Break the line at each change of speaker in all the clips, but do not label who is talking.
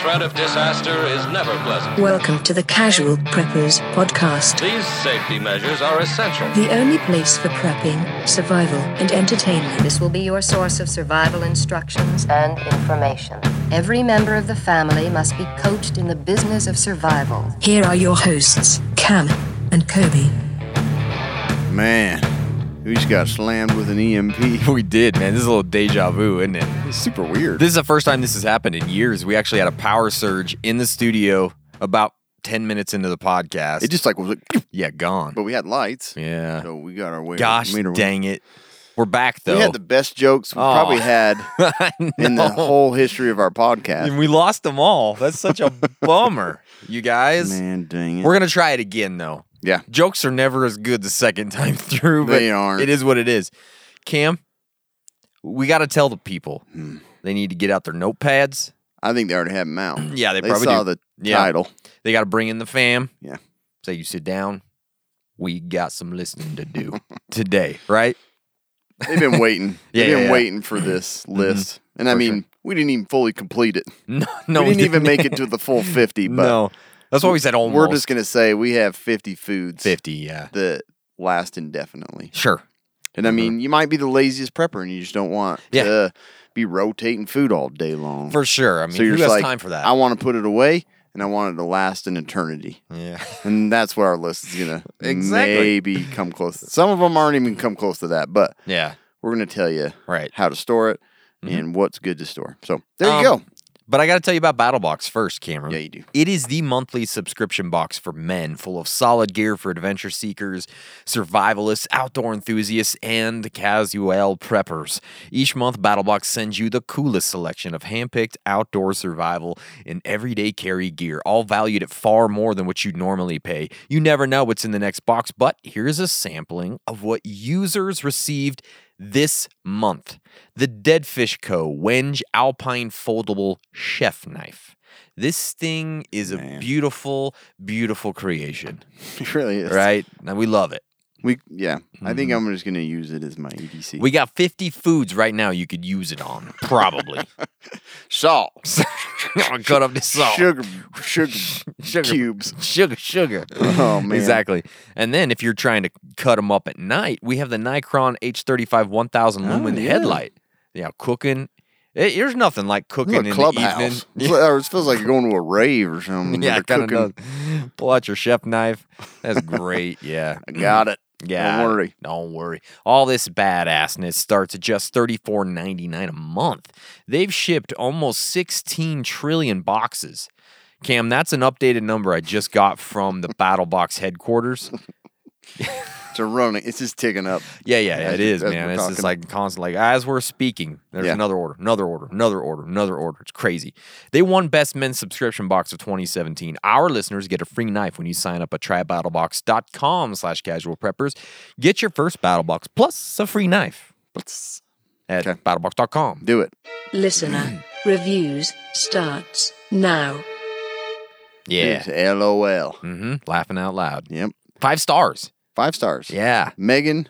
threat of disaster is never pleasant.
Welcome to the Casual Preppers Podcast,
These safety measures are essential.
the only place for prepping, survival, and entertainment.
This will be your source of survival instructions and information. Every member of the family must be coached in the business of survival.
Here are your hosts, Cam and Kobe.
Man, we just got slammed with an EMP.
We did, man. This is a little deja vu, isn't it?
It's super weird.
This is the first time this has happened in years. We actually had a power surge in the studio about 10 minutes into the podcast.
it just like was like,
yeah, gone.
but we had lights.
Yeah.
So we got our way.
Gosh
made our way.
dang it. We're back, though.
We had the best jokes we
Aw.
probably had
I
in the
know.
whole history of our
And
podcast.
we lost them all. That's such a bummer, you guys.
Man, dang it.
We're going to try it again, though.
yeah.
Jokes are never as good the second time through, but
They aren't.
it is what it is. Cam, we got to tell the people
Hmm.
they need to get out their notepads.
I think they already had them out.
Yeah, they
they
probably
saw
do.
the
Yeah.
title.
They got to bring in the fam.
Yeah.
Say you sit down. We got some listening to do today, right?
They've been waiting.
Yeah,
They've
yeah,
been
yeah.
waiting for this list. And I
For
mean, we didn't even fully complete it.
No, no,
we didn't even make it to the full 50, but
no, that's why we said almost
we're just going to say we have 50 foods
fifty. Yeah,
that last indefinitely.
sure.
And I mean, you might be the laziest prepper and you just don't want
Uh-huh. Yeah.
to be rotating food all day long.
For sure. I mean,
so you're
who
just
has
like,
time for that?
I want to put it away and I want it to last an eternity.
yeah.
And that's what our list is going to
Exactly.
maybe come close. To. Some of them aren't even come close to that, but
Yeah.
we're going to tell you
Right. Mm-hmm.
how to store it and what's good to store. So there you
Um,
go.
But I got to tell you about BattleBox first, Cameron.
Yeah, you do.
It is the monthly subscription box for men, full of solid gear for adventure seekers, survivalists, outdoor enthusiasts, and casual preppers. Each month, BattleBox sends you the coolest selection of handpicked outdoor survival and everyday carry gear, all valued at far more than what you normally pay. You never know what's in the next box, but here's a sampling of what users received this month the Deadfish Co. Wenge Alpine Foldable Chef Knife. This thing is a beautiful, beautiful creation,
It really is.
right? And we love it.
We yeah. I think I'm just going to use it as my E EDC.
We got 50 foods right now you could use it on, probably.
salt,
Cut up the salt.
sugar, sugar,
Sugar.
cubes.
Sugar, sugar.
Oh, man.
Exactly. And then if you're trying to cut them up at night, we have the Nikron H35 1000 lumen
Oh, yeah.
headlight. Yeah, cooking. It, there's nothing like cooking
It's
in
a
the evening.
clubhouse. It's like- or it feels like you're going to a rave or something.
Yeah,
They're
kind of
cooking.
does. Pull out your chef knife. That's great. Yeah.
I got
Mm.
it.
Yeah.
Don't worry.
Don't worry. All this badassness starts at just $34.99 a month. They've shipped almost 16 trillion boxes. Cam, that's an updated number I just got from the Battle Box headquarters.
It's a running. It's just ticking up.
Yeah, yeah, yeah,
As
it
you-
is,
as
man.
we're
It's just
talking.
like constant, like as we're speaking, there's
Yeah.
another order, another order, another order, another order. It's crazy. They won Best Men's Subscription Box of 2017. Our listeners get a free knife when you sign up at trybattlebox.com slash casual preppers. Get your first battle box plus a free knife at
Okay.
battlebox.com.
Do it.
Listener, reviews starts now.
Yeah.
It's LOL.
Mm-hmm. Laughing out loud.
Yep.
Five stars.
Five stars.
Yeah.
Megan,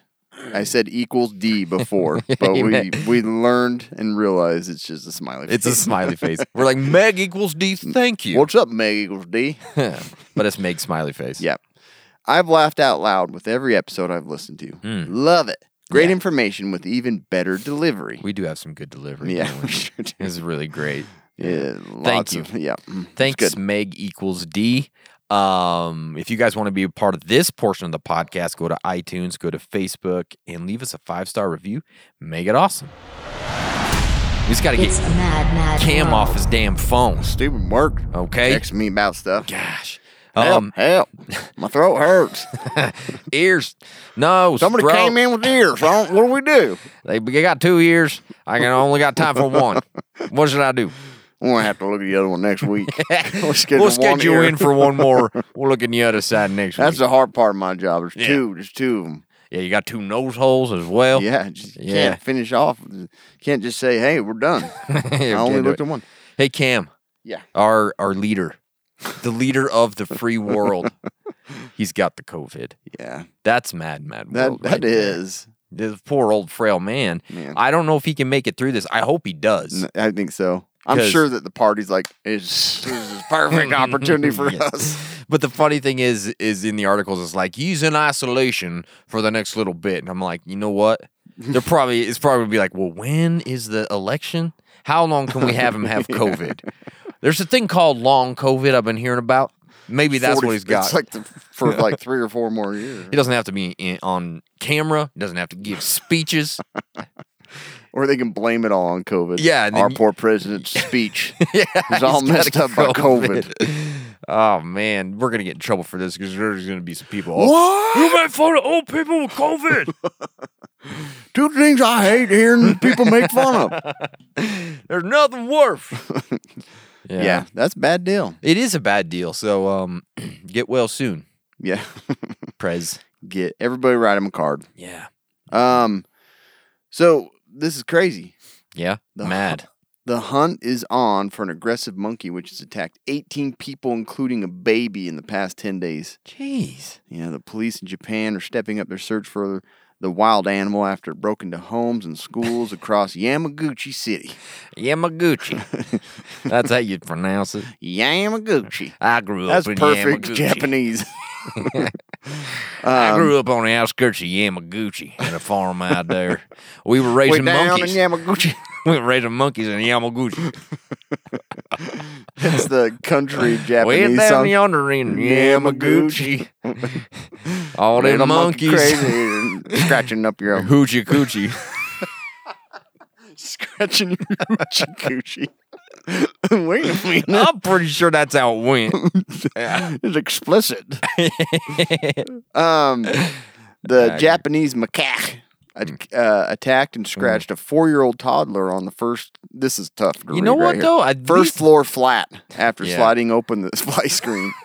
I said equals D before, but we we learned and realized it's just a smiley.
It's a
face.
smiley face. We're like, Meg equals D, thank you.
What's up, Meg equals D?
but it's Meg smiley face.
Yep. I've laughed out loud with every episode I've listened to.
Mm.
Love it. Great information with even better delivery.
We do have some good delivery.
yeah,
don't
we
we?
sure do.
It's really great.
Yeah,
Thank
lots
you.
Of, yeah. mm, it's
Thanks,
good.
Meg equals D. Um, if you guys want to be a part of this portion of the podcast, go to iTunes, go to Facebook, and leave us a five star review. Make it awesome. We just got to
It's
get
the Mad Mad
Cam
World.
off his damn phone.
Stupid work.
Okay.
Text me about stuff.
Gosh.
Help,
Um,
help. My throat hurts.
ears, nose,
Somebody
throat.
came in with ears. I don't, what do we do?
They they got two ears. I can only got time for one. What should I do?
I'm going to have to look at the other one next week. We'll schedule
We'll
one
schedule
ear.
in for one more. We'll look in the other side next
That's
week.
the hard part of my job. There's
Yeah.
two. There's two of them.
yeah, you got two nose holes as well.
Yeah, just
Yeah.
can't finish off. Can't just say, hey, we're done. I only
Can't do
looked
it.
at one.
Hey Cam,
Yeah.
our our leader, the leader of the free world, he's got the COVID.
Yeah.
That's mad, mad
That
world.
that is.
This poor old frail man.
Man.
I don't know if he can make it through this. I hope he does.
N- I think so. I'm
'Cause-
sure that the party's like, it's, this is perfect opportunity for
Mm-hmm. Yes.
us.
But the funny thing is, is in the articles, it's like he's in isolation for the next little bit, and I'm like, you know what? They're probably it's probably gonna be like, well, when is the election? How long can we have him have COVID? There's a thing called long COVID I've been hearing about. Maybe that's
40
what he's got.
It's like the, for like three or four more years.
he doesn't have to be in, on camera. He doesn't have to give speeches.
Or they can blame it all on COVID.
Yeah, and then
Our
you-
poor president's speech
yeah,
was all
he's got
messed up by COVID.
Oh man, we're gonna get in trouble for this because there's gonna be some people. What?
Oh,
Who might phone to old people with COVID?
Two things I hate hearing people make fun of.
There's nothing worse. yeah.
Yeah, that's a bad deal.
It is a bad deal. So um get well soon,
Yeah.
Prez.
Get everybody write him a card.
Yeah.
Um, so this is crazy.
Yeah.
The-
Mad.
The hunt is on for an aggressive monkey which has attacked 18 people, including a baby, in the past 10 days.
Jeez.
You know, the police in Japan are stepping up their search for the wild animal after it broke into homes and schools across Yamaguchi City.
Yamaguchi. That's how you pronounce it.
Yamaguchi.
I grew
That's
up in
perfect
Yamaguchi.
Japanese.
I grew up on the outskirts of Yamaguchi at a farm out there. We were
Way
raising
down
monkeys.
in Yamaguchi.
we were raising monkeys in Yamaguchi.
That's the country
Way
Japanese
down
song.
yonder in Yamaguchi. All them
Little
monkeys.
crazy and scratching up your own.
Hoochie coochie.
scratching your hoochie coochie. Wait a minute.
I'm pretty sure that's how it went. Yeah.
It's explicit. um, the Japanese macaque
Hmm.
at- uh, attacked and scratched a four-year-old toddler on the first. This is tough. To
You
read
know
right
what,
here.
though? I-
first
these-
floor flat after
Yeah.
sliding open the display screen.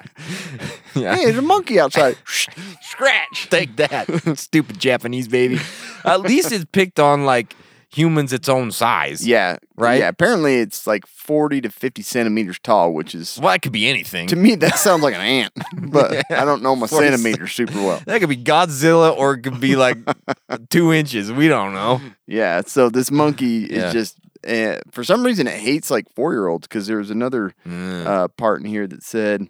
Yeah.
Hey, there's a monkey outside.
Scratch. Take that, stupid Japanese baby. At least it's picked on like humans its own size.
yeah,
Right?
Yeah, apparently it's like forty to fifty centimeters tall, which is
Well, that could be anything.
to me that sounds like an ant, but I don't know my
40
centimeters super well.
that could be Godzilla or it could be like two inches. We don't know.
Yeah, so this monkey
Yeah.
is just uh, for some reason it hates like four year olds because there was another
Mm.
uh, part in here that said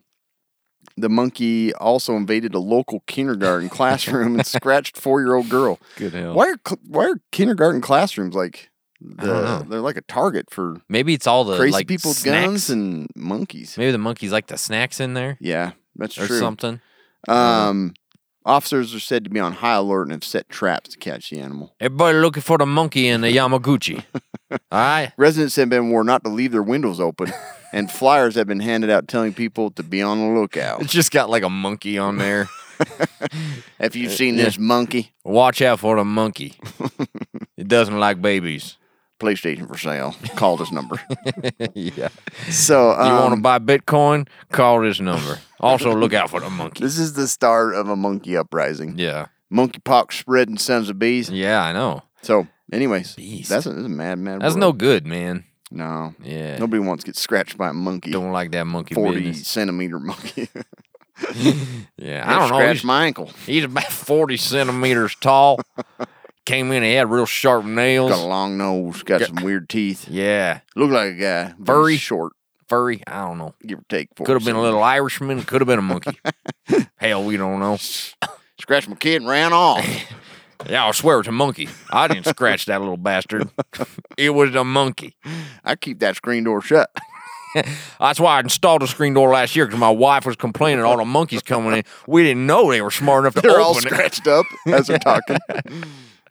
the monkey also invaded a local kindergarten classroom and scratched four year old girl.
Good hell.
Why are cl- why are kindergarten classrooms like
don't
the,
know.
they're like a target for
Maybe it's all the
crazy
like
people with
snacks.
guns and monkeys?
Maybe the monkeys like the snacks in there
Yeah, that's
or
true.
something.
Um, officers are said to be on high alert and have set traps to catch the animal.
Everybody looking for the monkey in the Yamaguchi. all right.
Residents have been warned not to leave their windows open, and flyers have been handed out telling people to be on the
It's
lookout.
just got like a monkey on there.
Have
uh,
you seen this monkey?
Watch out for the monkey. it doesn't like babies.
PlayStation for sale. Call this number.
yeah.
So
You want to
um,
buy Bitcoin? Call this number. Also, look out for the monkey.
this is the start of a monkey uprising.
Yeah,
Monkeypox spreading sons of bees.
yeah, I know.
So, anyways,
Beast.
that's a, that's a mad, mad.
That's no
world.
good, man.
no.
Yeah,
Nobody wants to get scratched by a monkey.
don't like that monkey
Forty
business.
centimeter monkey.
Yeah, I don't know.
Scratched
He's,
my ankle.
he's about forty centimeters tall. Came in, he had real sharp
Got a
nails.
long nose. Got some weird teeth.
Yeah,
Look like a guy. but
Furry.
he's short.
furry. I don't know.
Give or take. 40
Could have been a
centimeters.
little Irishman. Could have been a monkey. Hell, we don't know.
scratched my kid and ran off.
Yeah, I swear it's a monkey. I didn't scratch that little bastard. It was a monkey.
I keep that screen door shut.
That's why I installed a screen door last year because my wife was complaining all the monkeys coming in. We didn't know they were smart enough to
They're all
open it.
scratched up as we're talking.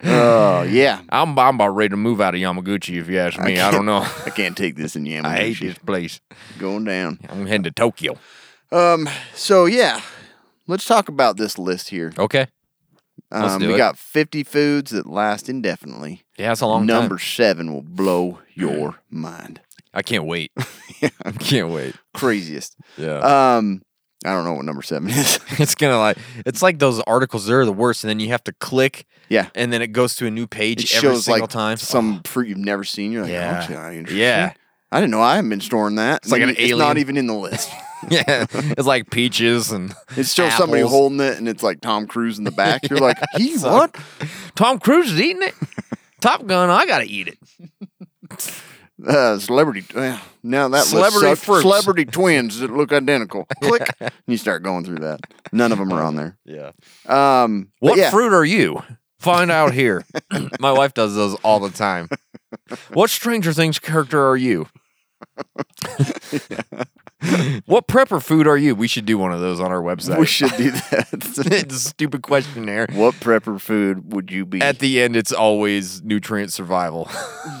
Oh yeah,
I'm, I'm about ready to move out of Yamaguchi if you ask me. I, don't know.
I can't take this in Yamaguchi.
I hate this place.
Going down.
I'm heading to Tokyo.
Um. So yeah, let's talk about this list here.
Okay.
Um,
let's do
we
it.
got 50 foods that last indefinitely.
Yeah, that's a long time.
Number seven will blow your mind.
I can't wait. I can't wait.
Craziest.
Yeah.
Um. I don't know what number seven is.
it's gonna like it's like those articles. They're the worst, and then you have to click,
yeah.
and then it goes to a new page
It
every
shows
single
like
time.
some fruit you've never seen. You're like,
Yeah.
yeah,
Yeah.
I didn't know I haven't been storing that. It's
like an
It's not
alien.
even in the list.
yeah, it's like peaches and
It's still somebody
apples.
holding it, and it's like Tom Cruise in the back. You're like, he
So-
what?
Tom Cruise is eating it. Top Gun, I gotta eat it.
uh, celebrity. Uh, now that
Celebrity
list sucked.
fruits.
celebrity twins that look identical. Click, and you start going through that. None of them are on there.
Yeah.
Um, but
What
yeah,
fruit are you? Find out here. My wife does those all the time. What Stranger Things character are you? what prepper food are you? We should do one of those on our website.
we should do
it's
that.
a stupid questionnaire.
what prepper food would you be?
At the end, it's always nutrient survival.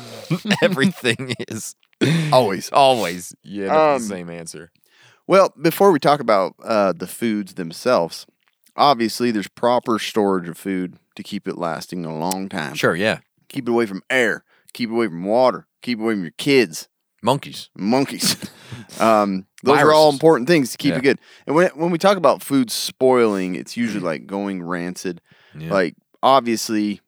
Everything is
Always.
always you end up with the
Um,
same answer.
Well, before we talk about uh, the foods themselves, obviously there's proper storage of food to keep it lasting a long time.
Sure, yeah.
Keep it away from air. Keep it away from water. Keep it away from your kids,
Monkeys.
monkeys. um, those are all
Viruses.
important things to keep
Yeah.
it good. And when when we talk about food spoiling, it's usually like going rancid.
Mm. Yeah.
Like obviously,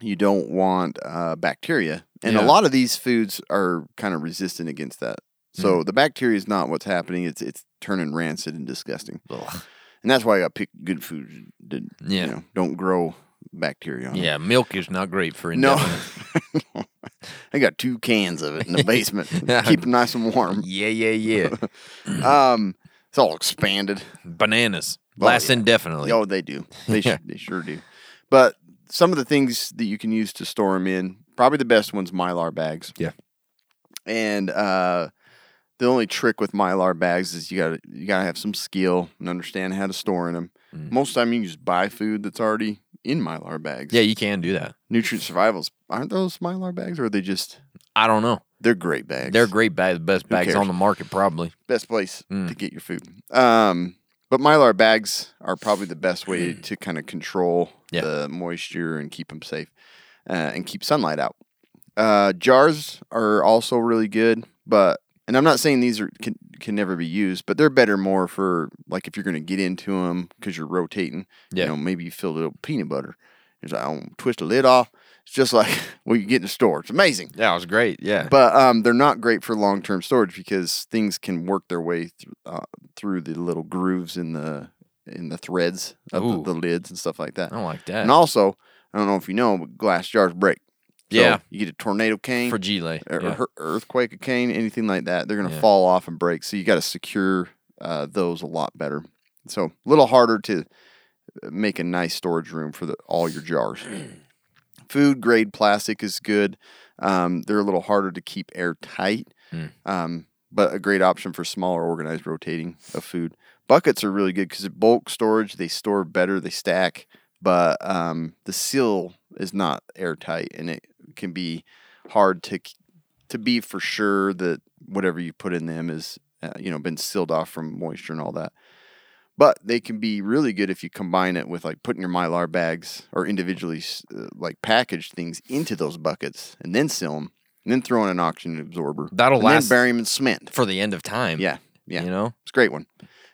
you don't want uh, bacteria, and
Yeah.
a lot of these foods are kind of resistant against that. So
Mm.
the bacteria is not what's happening. It's it's turning rancid and disgusting.
Ugh.
And that's why I got pick good food that
Yeah.
you know, don't grow bacteria on. it.
Yeah, milk is not great for
No.
indefinite.
I got two cans of it in the basement. Keep them nice and warm.
Yeah, yeah, yeah.
Um, it's all expanded.
Bananas
Oh,
last
yeah.
indefinitely.
Oh, they do. They,
Yeah.
sh- they sure do. But some of the things that you can use to store them in, probably the best ones, Mylar bags.
Yeah.
And uh, the only trick with Mylar bags is you got to you got to have some skill and understand how to store in them.
Mm.
Most of the time, you can just buy food that's already in Mylar bags.
Yeah, you can do that.
Nutrient Survivals aren't those Mylar bags, or are they just?
I don't know.
They're great bags.
They're great bags, the best bags
cares?
on the market, probably.
best place
Mm.
to get your food. Um, but Mylar bags are probably the best way to kind of control
Mm. Yeah.
the moisture and keep them safe uh, and keep sunlight out. Uh, jars are also really good, but and I'm not saying these are can, can never be used, but they're better more for like if you're going to get into them because you're rotating.
Yeah.
You know, maybe you fill it up with peanut butter. It's like, I don't twist the lid off. It's just like what you get in the store. It's amazing
Yeah, it was great. Yeah,
but um, they're not great for long term storage because things can work their way through, uh, through the little grooves in the in the threads of
Ooh.
the, the lids and stuff like that.
I don't like that.
And also, I don't know if you know, but glass jars break.
Yeah.
you get a tornado cane,
for Gile.
or
yeah.
her- earthquake cane, anything like that, they're gonna
Yeah.
fall off and break. So you got to secure uh, those a lot better. So a little harder to uh, make a nice storage room for the, all your jars. Food grade plastic is good. Um, they're a little harder to keep airtight,
Hmm.
um, but a great option for smaller organized rotating of food. Buckets are really good because bulk storage they store better, they stack, but um, the seal is not airtight and it can be hard to k- to be for sure that whatever you put in them is uh, you know been sealed off from moisture and all that but they can be really good if you combine it with like putting your mylar bags or individually s- uh, like packaged things into those buckets and then seal them and then throw in an oxygen absorber
That'll
and
last-
then bury them in cement
for the end of time.
yeah yeah
you know.
it's a great one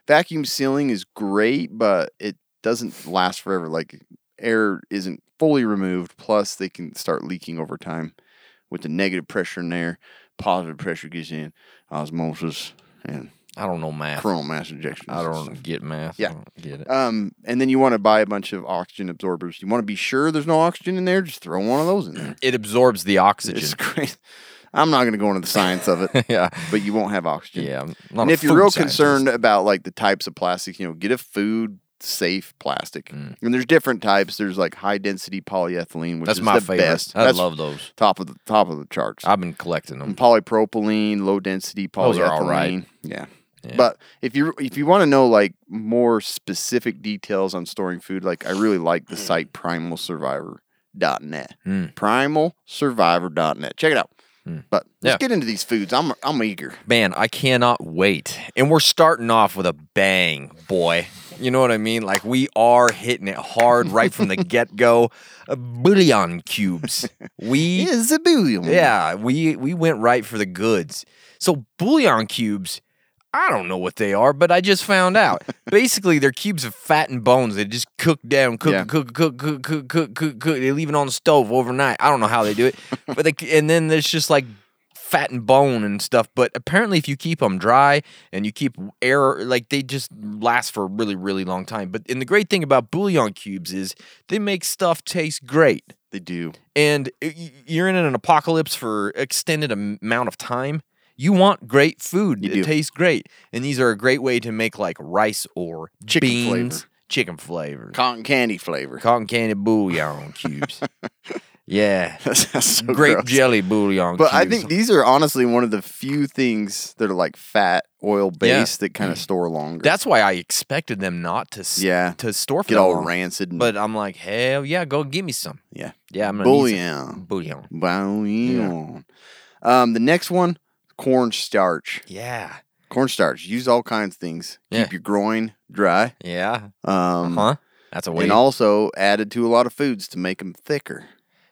vacuum sealing is great but it doesn't last forever like air isn't fully removed plus they can start leaking over time with the negative pressure in there positive pressure gets in osmosis and
I don't know math.
coronal mass ejections
I
and
don't
stuff.
get math.
Yeah.
I don't get it.
Um, and then you want to buy a bunch of oxygen absorbers. You want to be sure there's no oxygen in there. Just throw one of those in there.
it absorbs the
It's
oxygen.
great. I'm not going to go into the science of it,
yeah,
but you won't have oxygen.
yeah. I'm not
And
a
if you're
food
real
scientist.
concerned uh, about like the types of plastic, you know, get a food safe plastic.
Mm.
And there's different types. There's like high density polyethylene, which
that's
is
my
the
favorite.
best.
I
That's
love those.
top of the top of the charts.
I've been collecting them.
And polypropylene, low density polyethylene.
Those are all right.
Yeah. But if you if you want to know like more specific details on storing food, like I really like the site primalsurvivor.net.
Mm.
Primalsurvivor.net. Check it out. But let's
Yeah.
get into these foods. I'm I'm eager.
Man, I cannot wait. And we're starting off with a bang, boy. You know what I mean? Like we are hitting it hard right from the get go. Billion cubes. We
Is a billion.
yeah, we we went right for the goods. So bouillon cubes, I don't know what they are, but I just found out. Basically, they're cubes of fat and bones. They just cook down, cook,
Yeah.
cook, cook, cook, cook, cook, cook, cook. They leave it on the stove overnight. I don't know how they do it, but they and then there's just like fat and bone and stuff. But apparently, if you keep them dry and you keep air, like they just last for a really, really long time. But and the great thing about bouillon cubes is they make stuff taste great.
They do.
and y- y- you're in an apocalypse for extended am- amount of time you want great food
You
it
do.
tastes great and these are a great way to make like rice or
Chicken
beans
flavor.
chicken flavor
Cotton candy flavor.
cotton candy bouillon cubes yeah
That sounds so
grape
gross.
jelly bouillon
But I
cubes.
think these are honestly one of the few things that are like fat, oil based that kind of store longer.
Mm. that's why i expected them not to s-
Yeah.
to store for
get
that
all
long.
rancid. And,
but i'm like hell yeah go give me some
yeah,
yeah i'm gonna need some
bouillon,
bouillon
bouillon. Um, the next one, cornstarch.
yeah
Cornstarch. Use all kinds of things.
Yeah. Uh-huh.
Keep your groin dry.
yeah
Um,
huh that's a way
and also added to a lot of foods to make them thicker.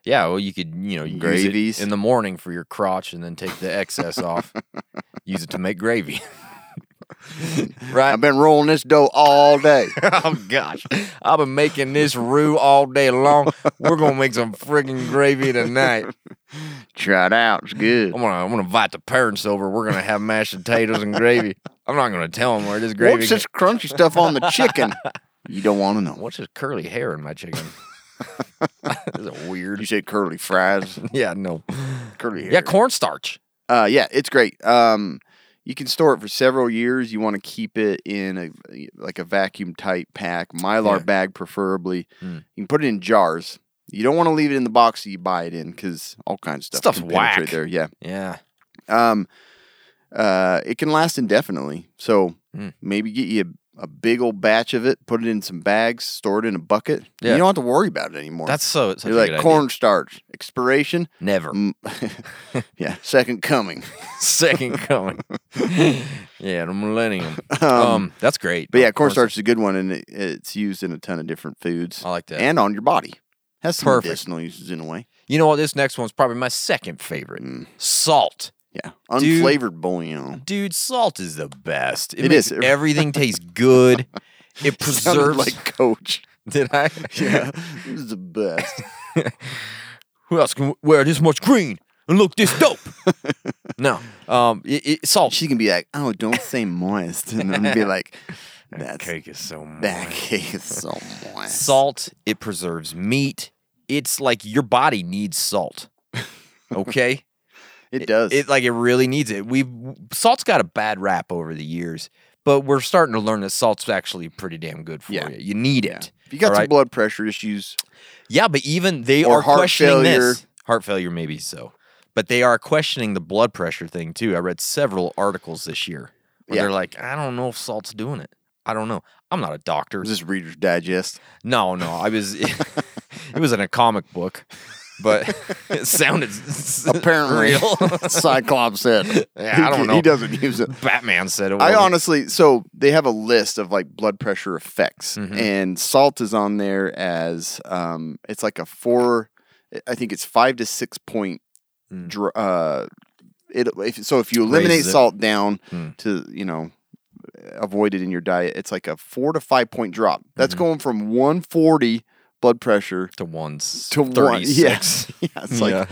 Yeah, well, you could, you know, use
Gravies.
it in the morning for your crotch, and then take the excess off, use it to make gravy. right?
I've been rolling this dough all day.
oh gosh, I've been making this roux all day long. We're gonna make some friggin' gravy tonight.
Try it out. It's good.
I'm gonna, I'm gonna invite the parents over. We're gonna have mashed potatoes and gravy. I'm not gonna tell them where this gravy.
What's this crunchy stuff on the chicken? You don't want to know.
What's this curly hair in my chicken? Is it
You
weird?
said curly fries,
Yeah, no.
curly hair.
Yeah, cornstarch.
Uh, yeah, it's great. Um, you can store it for several years. You want to keep it in a like a vacuum tight pack, Mylar
Yeah.
bag preferably.
Mm.
You can put it in jars. You don't want to leave it in the box that you buy it in because all kinds of stuff
Stuff's
can penetrate
whack.
there. Yeah.
Yeah,
Um, uh, it can last indefinitely. So
Mm.
maybe get you a, a big old batch of it, put it in some bags, store it in a bucket. and
Yeah.
You don't have to worry about it anymore.
that's so. It's
You're like cornstarch expiration.
Never.
Mm, yeah, second coming.
Second coming. yeah, the millennium. Um, that's great.
But yeah,
Cornstarch-
cornstarch is a good one, and it, it's used in a ton of different foods.
I like that.
And on your body, has some
Perfect.
medicinal uses in a way.
You know what? This next one's probably my second favorite.
Mm.
Salt.
Yeah,
Dude.
unflavored bouillon.
Dude, salt is the best. It,
It
makes
is.
everything taste good.
Sounded
It preserves.
like coach.
did I?
Yeah, this is the best.
Who else can wear this much green and look this dope? no. Um. It, it, salt.
She can be like, "Oh, don't say moist," and I'm gonna be like, "That's
cake is so
that
moist.
cake is so moist."
Salt, it preserves meat. It's like your body needs salt. Okay?
It does.
It like it really needs it. We've salt's got a bad rap over the years, but we're starting to learn that salt's actually pretty damn good for
Yeah.
you. You need
yeah.
it.
If you got
all
some
right?
blood pressure issues,
Yeah, but even they
Or
are
heart
questioning this.
failure.
Heart failure, maybe so. But they are questioning the blood pressure thing too. I read several articles this year where
Yeah.
they're like, I don't know if salt's doing it. I don't know. I'm not a doctor.
is this Reader's Digest?
No, no. I was it, was in a comic book, but it sounded s-
Apparently,
real.
Cyclops said,
Yeah, I
He-
don't know.
He doesn't use it.
Batman said it was
I honestly, so they have a list of like blood pressure effects,
Mhm.
and salt is on there as um, it's like a four, I think it's five to six point.
Mm.
Dr- uh, it if, so if you eliminate
Raises it.
salt down
Mm.
to you know avoid it in your diet, it's like a four to five point drop. That's
Mm-hmm.
going from one forty blood pressure
to one's
to one. Yeah, yeah, it's like
Yeah.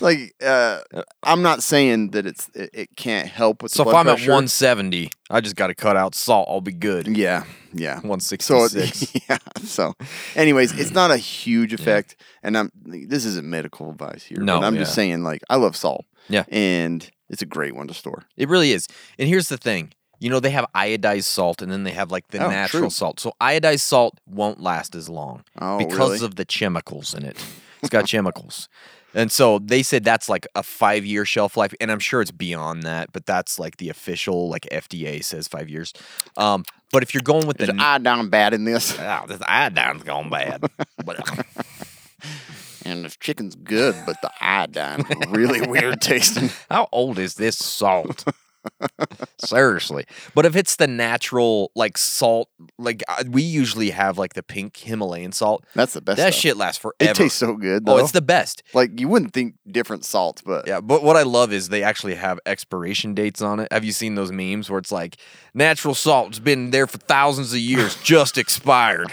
like uh, I'm not saying that it's it, it can't help with. the
So if
blood
I'm at
pressure.
170, I just got to cut out salt. I'll be good.
Yeah, yeah. So, it-
166.
yeah. So, anyways, it's not a huge effect, and I'm this isn't medical advice here.
No,
but I'm
yeah.
just saying, like, I love salt.
Yeah.
and it's a great one to store.
It really is. And here's the thing. You know, they have iodized salt and then they have like the
Oh,
natural
true.
salt. So iodized salt won't last as long
Oh,
because
really?
of the chemicals in it. It's got chemicals. And so they said that's like a five year shelf life. And I'm sure it's beyond that, but that's like the official, like FDA says five years. Um, but if you're going with
Is
the
iodine bad in this?
Oh, this iodine's gone bad. But-
And the chicken's good, but the iodine really weird tasting.
How old is this salt? Seriously. But if it's the natural, like salt, like I- we usually have like the pink Himalayan salt,
That's the best.
that
stuff.
shit lasts forever.
It tastes so good. Though.
Oh, it's the best.
like you wouldn't think different salts, but
Yeah, but what I love is they actually have expiration dates on it. Have you seen those memes where it's like natural salt's been there for thousands of years, just expired.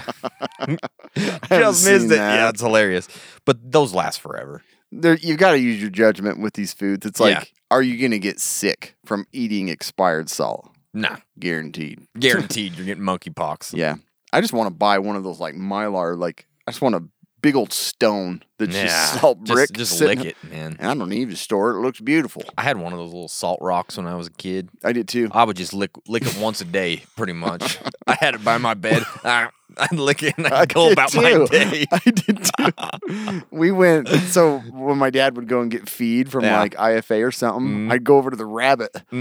just
seen
missed it.
that.
Yeah, it's hilarious. But those last forever.
there you've got to use your judgment with these foods. It's like,
Yeah.
are you gonna get sick from eating expired salt?
Nah,
Guaranteed.
guaranteed you're getting monkeypox.
Yeah. I just want to buy one of those like Mylar, like I just want to big old stone that's just
Nah,
salt brick.
Just,
sitting
lick
up-
it, man.
And I don't need to store it. It looks beautiful.
I had one of those little salt rocks when I was a kid.
I did too.
I would just lick lick it once a day, pretty much. I had it by my bed. I, I'd lick it and I'd go
did
about my
too.
day.
I did
Oh.
too. we went so when my dad would go and get feed from
Yeah. Mm-hmm. Mm.
like IFA or something, I'd go over to the rabbit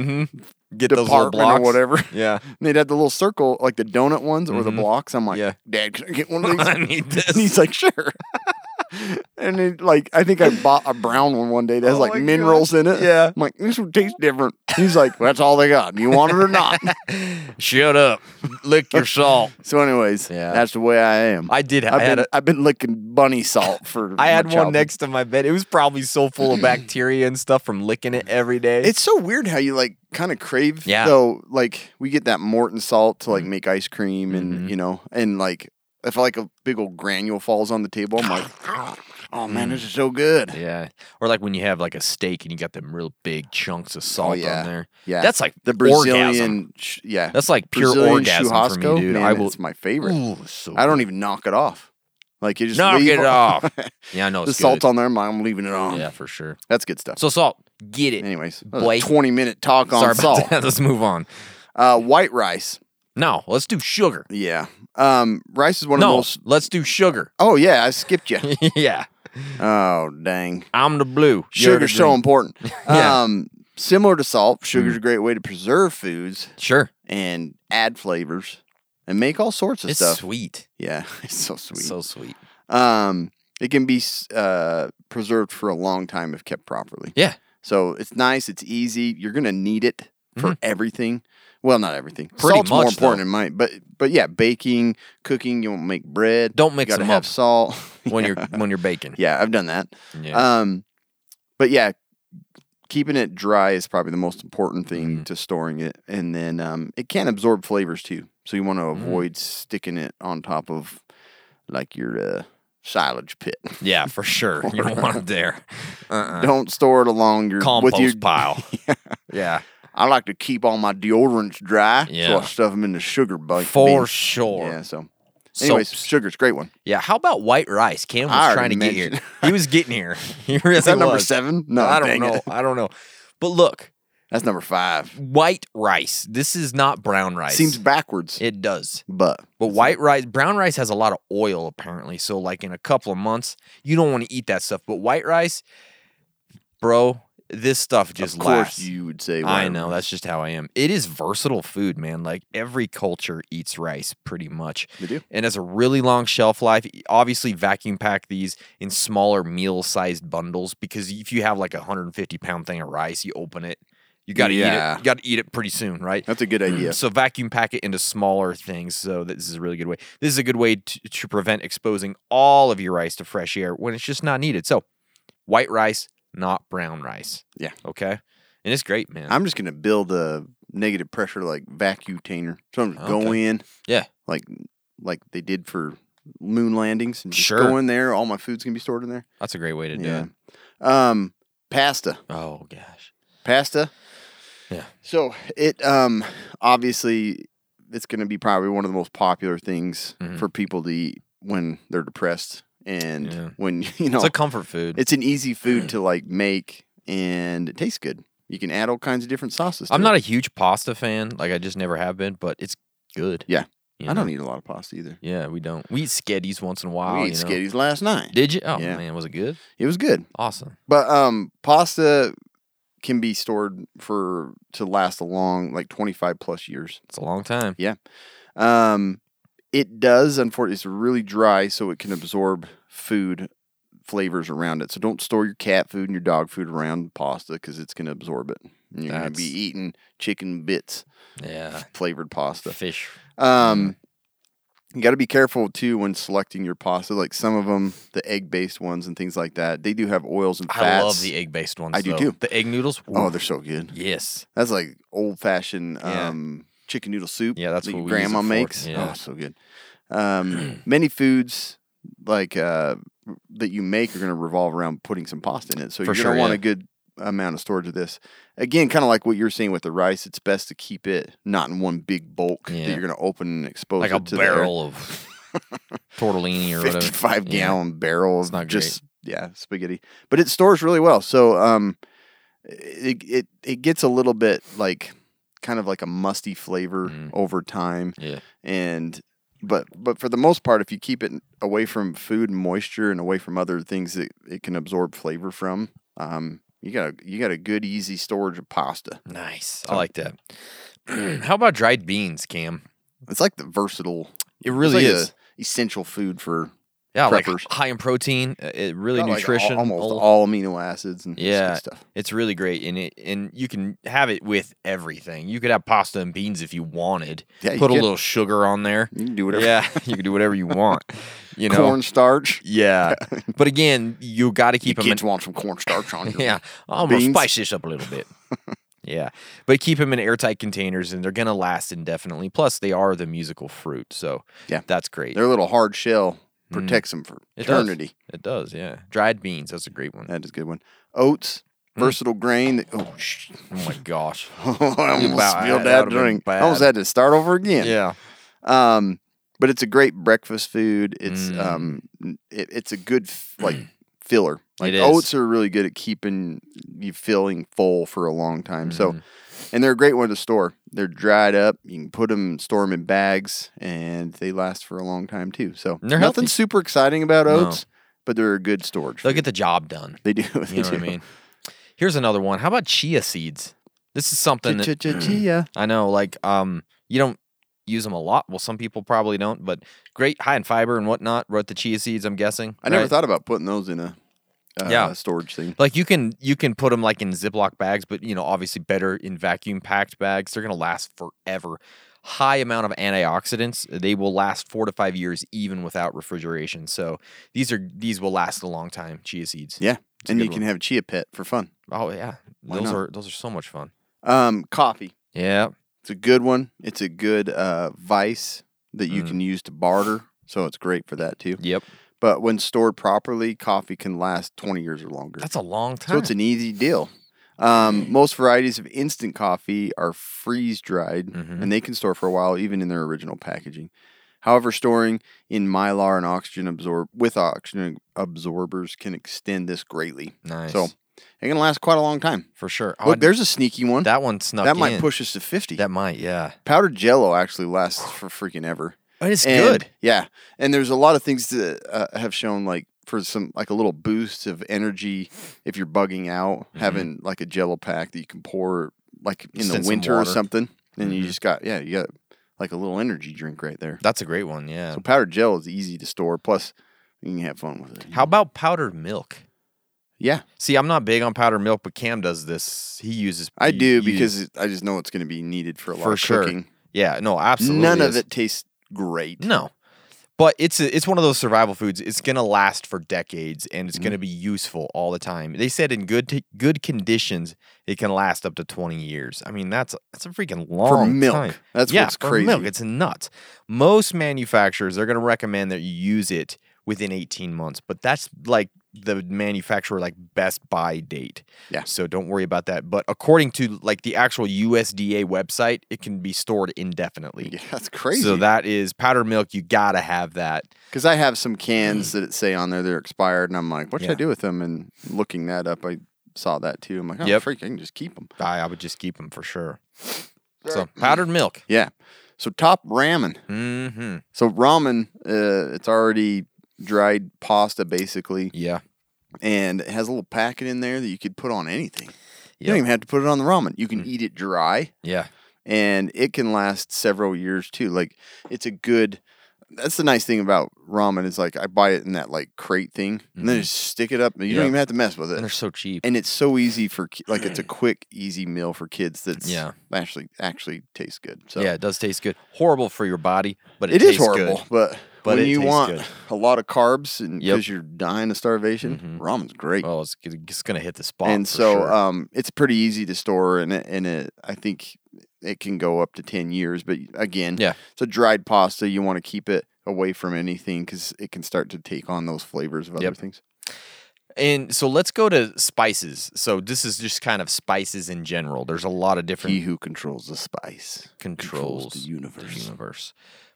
Get those little
department
blocks.
or whatever.
Yeah.
And they'd have the little circle, like the donut ones or the blocks. I'm like,
Mm-hmm. Yeah.
Dad, can I get one of these?
I need this.
and he's like, sure. and it, like, I think I bought a brown one one day that has
Oh
like
my
minerals in it.
Yeah.
I'm like, this one tastes different. He's like, that's all they got. You want it or not?
Shut up. Lick your salt.
so, anyways,
Yeah.
that's the way I am.
I did. I
I've
had
been,
a,
I've been licking bunny salt for.
I had
my
one
childhood.
next to my bed. It was probably so full of bacteria and stuff from licking it every day.
It's so weird how you like kind of crave.
Yeah. Mm-hmm.
So like we get that Morton salt to like make ice cream and you know and like if like a big old granule falls on the table, I'm like, oh man, this is so good.
Ah, mm. yeah, or like when you have like a steak and you got them real big chunks of salt
Oh, yeah.
on there.
Yeah.
that's like
The
Orgasm.
Brazilian, sh- yeah,
That's like pure
Brazilian
orgasm for
churrasco,
me, dude.
Man,
I will.
It's my favorite.
Ooh, so
I don't
good.
even knock it off. Like you just
knock
leave
it off. Yeah, I know
the
it's
salt
good.
on there. I'm, like, I'm leaving it on.
Yeah, for sure.
That's good stuff.
So salt, get it.
Anyways,
Blake.
twenty minute talk on
Sorry about
salt.
that. Let's move on.
Uh, white rice.
No, let's do sugar.
Yeah. Um, rice is one of the
No,
most.
let's do sugar.
Oh yeah, I skipped you.
yeah,
oh dang.
I'm the blue. You're the
Sugar's so
green.
important.
Yeah. Mm.
Um, similar to salt, sugar's a great way to preserve foods
Sure,
and add flavors and make all sorts of
it's
stuff.
sweet.
Yeah, it's so sweet.
So sweet.
um, it can be s- uh, preserved for a long time if kept properly.
Yeah.
So it's nice. It's easy. You're gonna need it for everything. Well, not everything.
Mm-hmm. Pretty
Salt's more
much,
important
though.
in mine, but but yeah, baking, cooking. You want to make bread.
Don't
you
mix
gotta
them
have
up
Salt
when
Yeah.
you're when you're baking.
Yeah, I've done that.
Yeah.
Um, but yeah, keeping it dry is probably the most important thing
Mm-hmm.
to storing it, and then um, it can absorb flavors too. So you want to
Mm.
avoid sticking it on top of like your uh, silage pit.
Yeah, for sure. You don't want it there. Uh-uh.
Don't store it along your
Compost
with your.
pile. yeah.
I like to keep all my deodorants dry, so
Yeah.
I stuff them in the sugar bun.
For
bin.
sure.
Yeah. So, anyways,
Soaps.
sugar's a great one.
Yeah. How about white rice? Cam
I
was
already
trying to get here.
mentioned-
He was getting here. He really
Is that number
was.
seven? No,
I don't
dang
know.
it.
I don't know. But look,
That's number five.
white rice. This is not brown rice.
Seems backwards,
it does.
but
But white rice, brown rice has a lot of oil apparently. So like in a couple of months, you don't want to eat that stuff. But white rice, bro, this stuff just
of course
lasts.
you would say.
I
whatever.
know that's just how I am. It is versatile food, man. Like every culture eats rice pretty much.
They do.
And has a really long shelf life. Obviously, vacuum pack these in smaller meal sized bundles because if you have like a 150 pound thing of rice, you open it, you gotta eat
Yeah.
it. You gotta eat it pretty soon, right?
That's a good idea.
So vacuum pack it into smaller things. So that this is a really good way. This is a good way to, to prevent exposing all of your rice to fresh air when it's just not needed. So white rice, not brown rice.
Yeah.
Okay. And it's great, man.
I'm just gonna build a negative pressure like vacutainer. So I'm just go
Okay.
in
yeah.
like like they did for moon landings and just
Sure.
go in there. All my food's gonna be stored in there.
That's a great way to do
Yeah.
it.
Um, pasta,
Oh gosh.
pasta.
Yeah.
So it um obviously it's gonna be probably one of the most popular things
Mm-hmm.
for people to eat when they're depressed and
Yeah.
when you know
It's a comfort food.
it's an easy food to like make and it tastes good. You can add all kinds of different sauces. to
I'm
it.
not a huge pasta fan, like I just never have been, but it's good.
Yeah.
you
I
know?
don't eat a lot of pasta either.
Yeah, we don't. We eat sketties once in a while.
we ate
you know?
skitties last night.
Did you? Oh
Yeah.
man, was it good?
It was good.
Awesome.
But um pasta can be stored for to last a long like 25 plus years.
It's a long time.
Yeah. Um it does unfortunately it's really dry so it can absorb food flavors around it. So don't store your cat food and your dog food around pasta cuz it's going to absorb it. And you're going to be
That's- Uh,
eating chicken bits
Yeah.
flavored pasta.
The fish.
Um, you got to be careful too when selecting your pasta. Like some of them, the egg based ones and things like that, they do have oils and fats.
I love the egg based ones.
I do
though.
too.
The egg noodles.
Oh,
Ooh,
they're so good.
yes.
That's like old fashioned
Yeah.
um, chicken noodle soup.
Yeah, that's
that
what
your
we use
grandma
it for.
makes.
Yeah.
Oh, so good. Um, many foods like uh, that you make are going to revolve around putting some pasta in it. So
For
you're
sure,
going to want
yeah.
a good amount of storage of this. Again, kind of like what you were saying with the rice, it's best to keep it not in one big bulk
Yeah.
that you're going to open and expose
Like
it
a
to the air.
barrel of tortellini or whatever.
55
Yeah.
gallon barrel of
not
just yeah spaghetti but it stores really well so um it, it it gets a little bit like kind of like a musty flavor over time
Mm. Yeah.
and but but for the most part if you keep it away from food and moisture and away from other things that it can absorb flavor from um you got a, you got a good easy storage of pasta
Nice. I like that. How about dried beans, Cam?
it's like the versatile
It
it's
really
like
is.
a essential food for
Yeah,
preppers.
like high in protein, uh, it really
got, like, al-
nutrition,
almost
all-
all amino acids and
yeah,
yeah stuff
It's really great, and it and you can have it with everything. You could have pasta and beans if you wanted.
Yeah, you
put a
could.
little sugar on there.
You can do whatever-
Yeah, you can do whatever you want. You know.
cornstarch
Yeah, but again, you got to keep
you
them.
kids want some cornstarch on your
yeah, I'm gonna
Beans.
spice this up a little bit. yeah, but keep them in airtight containers, and they're gonna last indefinitely. Plus, they are the musical fruit, so
Yeah.
that's great.
Their little hard shell protects them for
Mm. It does.
eternity.
It does, yeah. Dried beans, that's a great one.
That is a good one. Oats,
Mm.
versatile grain. That, oh, sh-
Oh my gosh.
I almost
Wow,
spilled
that
that
would've been
drink. I
bad.
almost had to start over again.
Yeah.
Um, but it's a great breakfast food. It's
Mm.
um, it, it's a good f- like filler. Like
It is.
oats are really good at keeping you feeling full for a long time.
Mm.
So, and they're a great one to store. They're dried up. You can put them, store them in bags, and they last for a long time too. So
And they're
nothing
healthy.
super exciting about
No.
oats, but they're a good storage.
They'll get the job done.
They do. They
You know
do.
what I mean? Here's another one. How about chia seeds? This is something that
Ch-ch-ch-chia.
I know, like, um, you don't use them a lot. Well, some people probably don't, but great, high in fiber and whatnot. Wrote the chia seeds, I'm guessing.
I never
right?
thought about putting those in a uh,
Yeah.
storage thing.
Like you can you can put them like in Ziploc bags, but you know obviously better in vacuum packed bags. They're gonna last forever. High amount of antioxidants. They will last four to five years even without refrigeration. So these are these will last a long time. Chia seeds.
Yeah,
a
and
good
you can
one.
have chia pet for fun.
Oh yeah.
Why
Those
not?
are those are so much fun.
Um, coffee.
Yeah.
It's a good one. It's a good uh, vice that you can use to barter, so it's great for that too.
Mm. Yep.
But when stored properly, coffee can last twenty years or longer.
That's a long time.
so it's an easy deal. Um, most varieties of instant coffee are freeze dried
Mm-hmm.
and they can store for a while, even in their original packaging. However, storing in mylar and oxygen absorb with oxygen absorbers can extend this greatly.
Nice.
So it can last quite a long time.
for sure. Oh,
Look,
I-
there's a sneaky one
that one snuck
that might
in.
push us to fifty.
That might, yeah.
Powdered Jello actually lasts for freaking ever.
But it's
And-
good.
Yeah, and there's a lot of things that uh, have shown like for some like a little boost of energy if you're bugging out,
Mm-hmm.
having like a Jello pack that you can pour like in
Just in
the
some
winter or
water. Mm-hmm.
something, and you just got yeah, you got like a little energy drink right there.
That's a great one, yeah.
So powdered gel is easy to store. Plus, you can have fun with it.
How about powdered milk?
Yeah,
See, I'm not big on powdered milk, but Cam does this. He uses.
I
he
do because
uses-
I just know it's going to be needed for a lot
for
of
sure.
cooking.
Yeah, no, absolutely.
None of
is.
it tastes great.
No, but it's a, it's one of those survival foods. It's gonna last for decades, and it's
Mm-hmm.
gonna be useful all the time. They said in good t- good conditions, it can last up to 20 years. I mean, that's that's a freaking long
milk.
time.
That's
yeah,
what's
for
crazy.
Milk, it's nuts. Most manufacturers they're gonna recommend that you use it within 18 months, but that's like the manufacturer like best buy date.
Yeah.
So don't worry about that. But according to like the actual USDA website, it can be stored indefinitely.
Yeah, that's crazy.
So that is powdered milk. You gotta have that.
Because I have some cans that say on there they're expired, and I'm like, what should I
Mm. Yeah.
do with them? And looking that up, I saw that too. I'm like, oh,
Yep.
freak, I can just keep them.
I, I would just keep them for sure. So powdered milk.
Yeah. So top ramen.
Mm-hmm.
So ramen, uh, it's already dried pasta basically,
Yeah.
and it has a little packet in there that you could put on anything. You
Yep. Mm.
don't even have to put it on the ramen. You can eat it dry,
Yeah.
and it can last several years too. Like it's a good. That's the nice thing about ramen is like I buy it in that like crate thing, and then just stick it up, and you
Mm-hmm. Yeah.
don't even have to mess with it.
And they're so cheap.
and it's so easy for ki- like it's a quick easy meal for kids that's
Yeah.
actually actually tastes good so
Yeah, it does taste good. Horrible for your body, but it,
it is
tastes
horrible
good.
but
But
when
it
you
tastes
want
good.
a lot of carbs and
Yep. Mm-hmm.
because you're dying of starvation ramen's great
Well, it's, it's gonna hit the spot.
and
for
so
sure.
um it's pretty easy to store and it, and it i think it can go up to 10 years but again
Yeah.
it's a dried pasta you want to keep it away from anything because it can start to take on those flavors of other
Yep.
things
And so let's go to spices. So this is just kind of spices in general. There's a lot of different
he who controls the spice
controls
the universe
universe.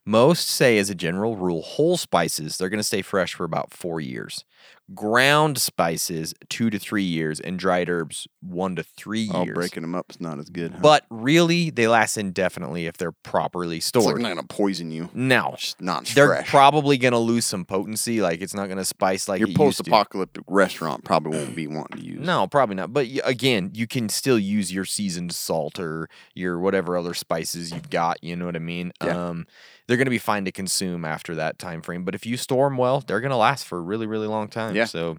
Most say, as a general rule, whole spices, they're going to stay fresh for about four years. Ground spices, two to three years, and dried herbs, one to three years.
Oh, breaking them up is not as good. huh?
But really, they last indefinitely if they're properly
it's like
stored.
not gonna poison you.
now,
It's not
they're
fresh.
probably going to lose some potency. Like, it's not going to spice like
Your
it used to.
post-apocalyptic restaurant probably won't be wanting to use.
No, probably not. But y- again, you can still use your seasoned salt or your whatever other spices you've got. You know what I mean?
Yeah.
Um, they're going to be fine to consume after that time frame. But if you store them well, they're going to last for a really, really long time.
Yeah.
So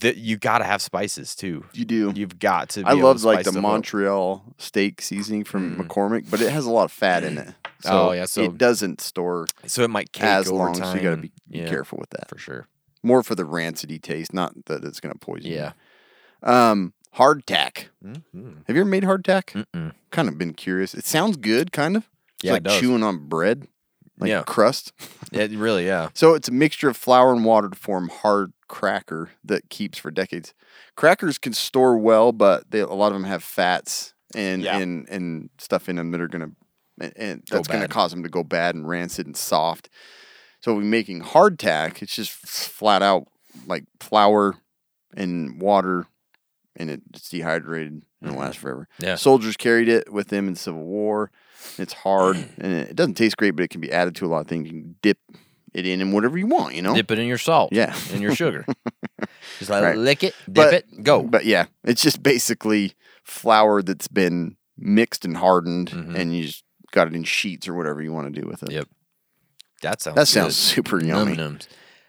th- you got to have spices too.
you do.
You've got to. Be
I
able to
love like
spice
the
them up.
Montreal steak seasoning from McCormick, but it has a lot of fat in it. So
Oh, yeah, so-
it doesn't store
So it might cake
as
over
long,
Time.
so you got to be
Yeah,
careful with that.
for sure.
More for the rancidy taste, not that it's going to poison. you.
Yeah.
Um, hardtack.
Mhm.
Have you ever made hardtack?
Mm-mm.
Kind of been curious. It sounds good, kind of. It's
Yeah, it
like
does.
chewing on bread, like
Yeah.
crust.
It really, yeah.
So it's a mixture of flour and water to form hard cracker that keeps for decades. Crackers can store well, but they, a lot of them have fats and
Yeah.
and and stuff in them that are gonna and, and
Go
that's gonna
bad.
cause them to go bad and rancid and soft. So we're making hardtack. It's just flat out like flour and water, and it's dehydrated and it lasts forever.
Mm-hmm. Yeah.
Soldiers carried it with them in Civil War. It's hard and it doesn't taste great, but it can be added to a lot of things. You can dip it in and whatever you want, you know?
Dip it in your salt.
Yeah.
And your sugar. Just like
Right.
lick it, dip
But-
it, go.
But yeah, it's just basically flour that's been mixed and hardened
Mhm.
and you just got it in sheets or whatever you want to do with it.
Yep. that sounds
That
good.
sounds super yummy.
Num-nums.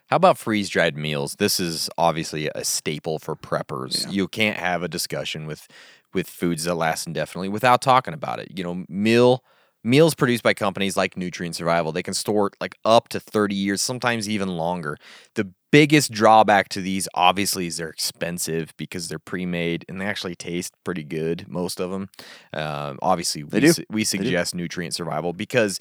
How about freeze dried meals? This is obviously a staple for preppers.
Yeah.
You can't have a discussion with with foods that last indefinitely without talking about it. You know, meal meals produced by companies like Nutrient Survival, they can store like up to 30 years, sometimes even longer. The biggest drawback to these obviously is they're expensive because they're pre-made and they actually taste pretty good most of them. Um, obviously we,
They do.
su- we suggest Nutrient Survival because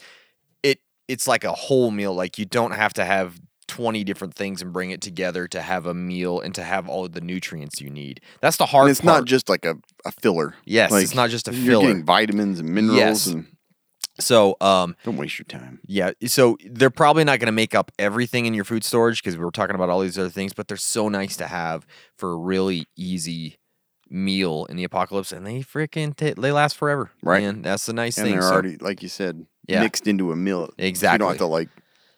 it it's like a whole meal. Like you don't have to have 20 different things and bring it together to have a meal and to have all of the nutrients you need. That's the hard
And it's
part.
not just like a, a filler.
Yes,
Like,
it's not just a
You're
filler.
getting vitamins and minerals
Yes.
and
so um
don't waste your time.
yeah, so they're probably not going to make up everything in your food storage because we were talking about all these other things, but they're so nice to have for a really easy meal in the apocalypse, and they freaking t- they last forever.
Right.
and that's the nice
And
thing.
they're
so-
already, like you said,
Yeah.
mixed into a meal. So You don't
Exactly.
have to like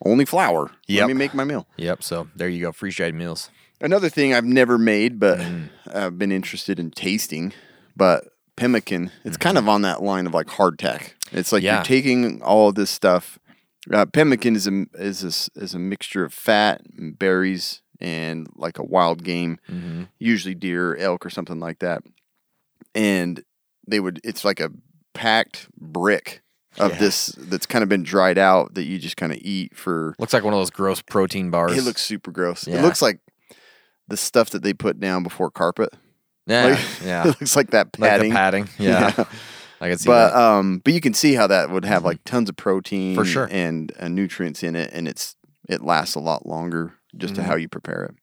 only flour.
Yep.
Let me make my meal.
yep. So there you go, free dried meals.
Another thing I've never made, but
Mm-hmm.
I've been interested in tasting, but pemmican, it's kind of on that line of like hardtack. It's like
Mm-hmm. Yeah.
you're taking all of this stuff. Uh, pemmican is a is a, s- is a mixture of fat and berries and like a wild game,
Mm-hmm.
usually deer, elk, or something like that. And they would, it's like a packed brick of
Yeah.
this that's kind of been dried out that you just kind of eat for
Looks like one of those gross protein bars.
it looks super gross.
Yeah.
It looks like the stuff that they put down before carpet.
yeah,
Like,
yeah,
it looks like that
like the
padding.
padding. Yeah,
Yeah.
I can see
but
that. Mm-hmm.
um, but you can see how that would have like tons of protein
For sure.
and uh, nutrients in it, and it's it lasts a lot longer just to how you prepare it.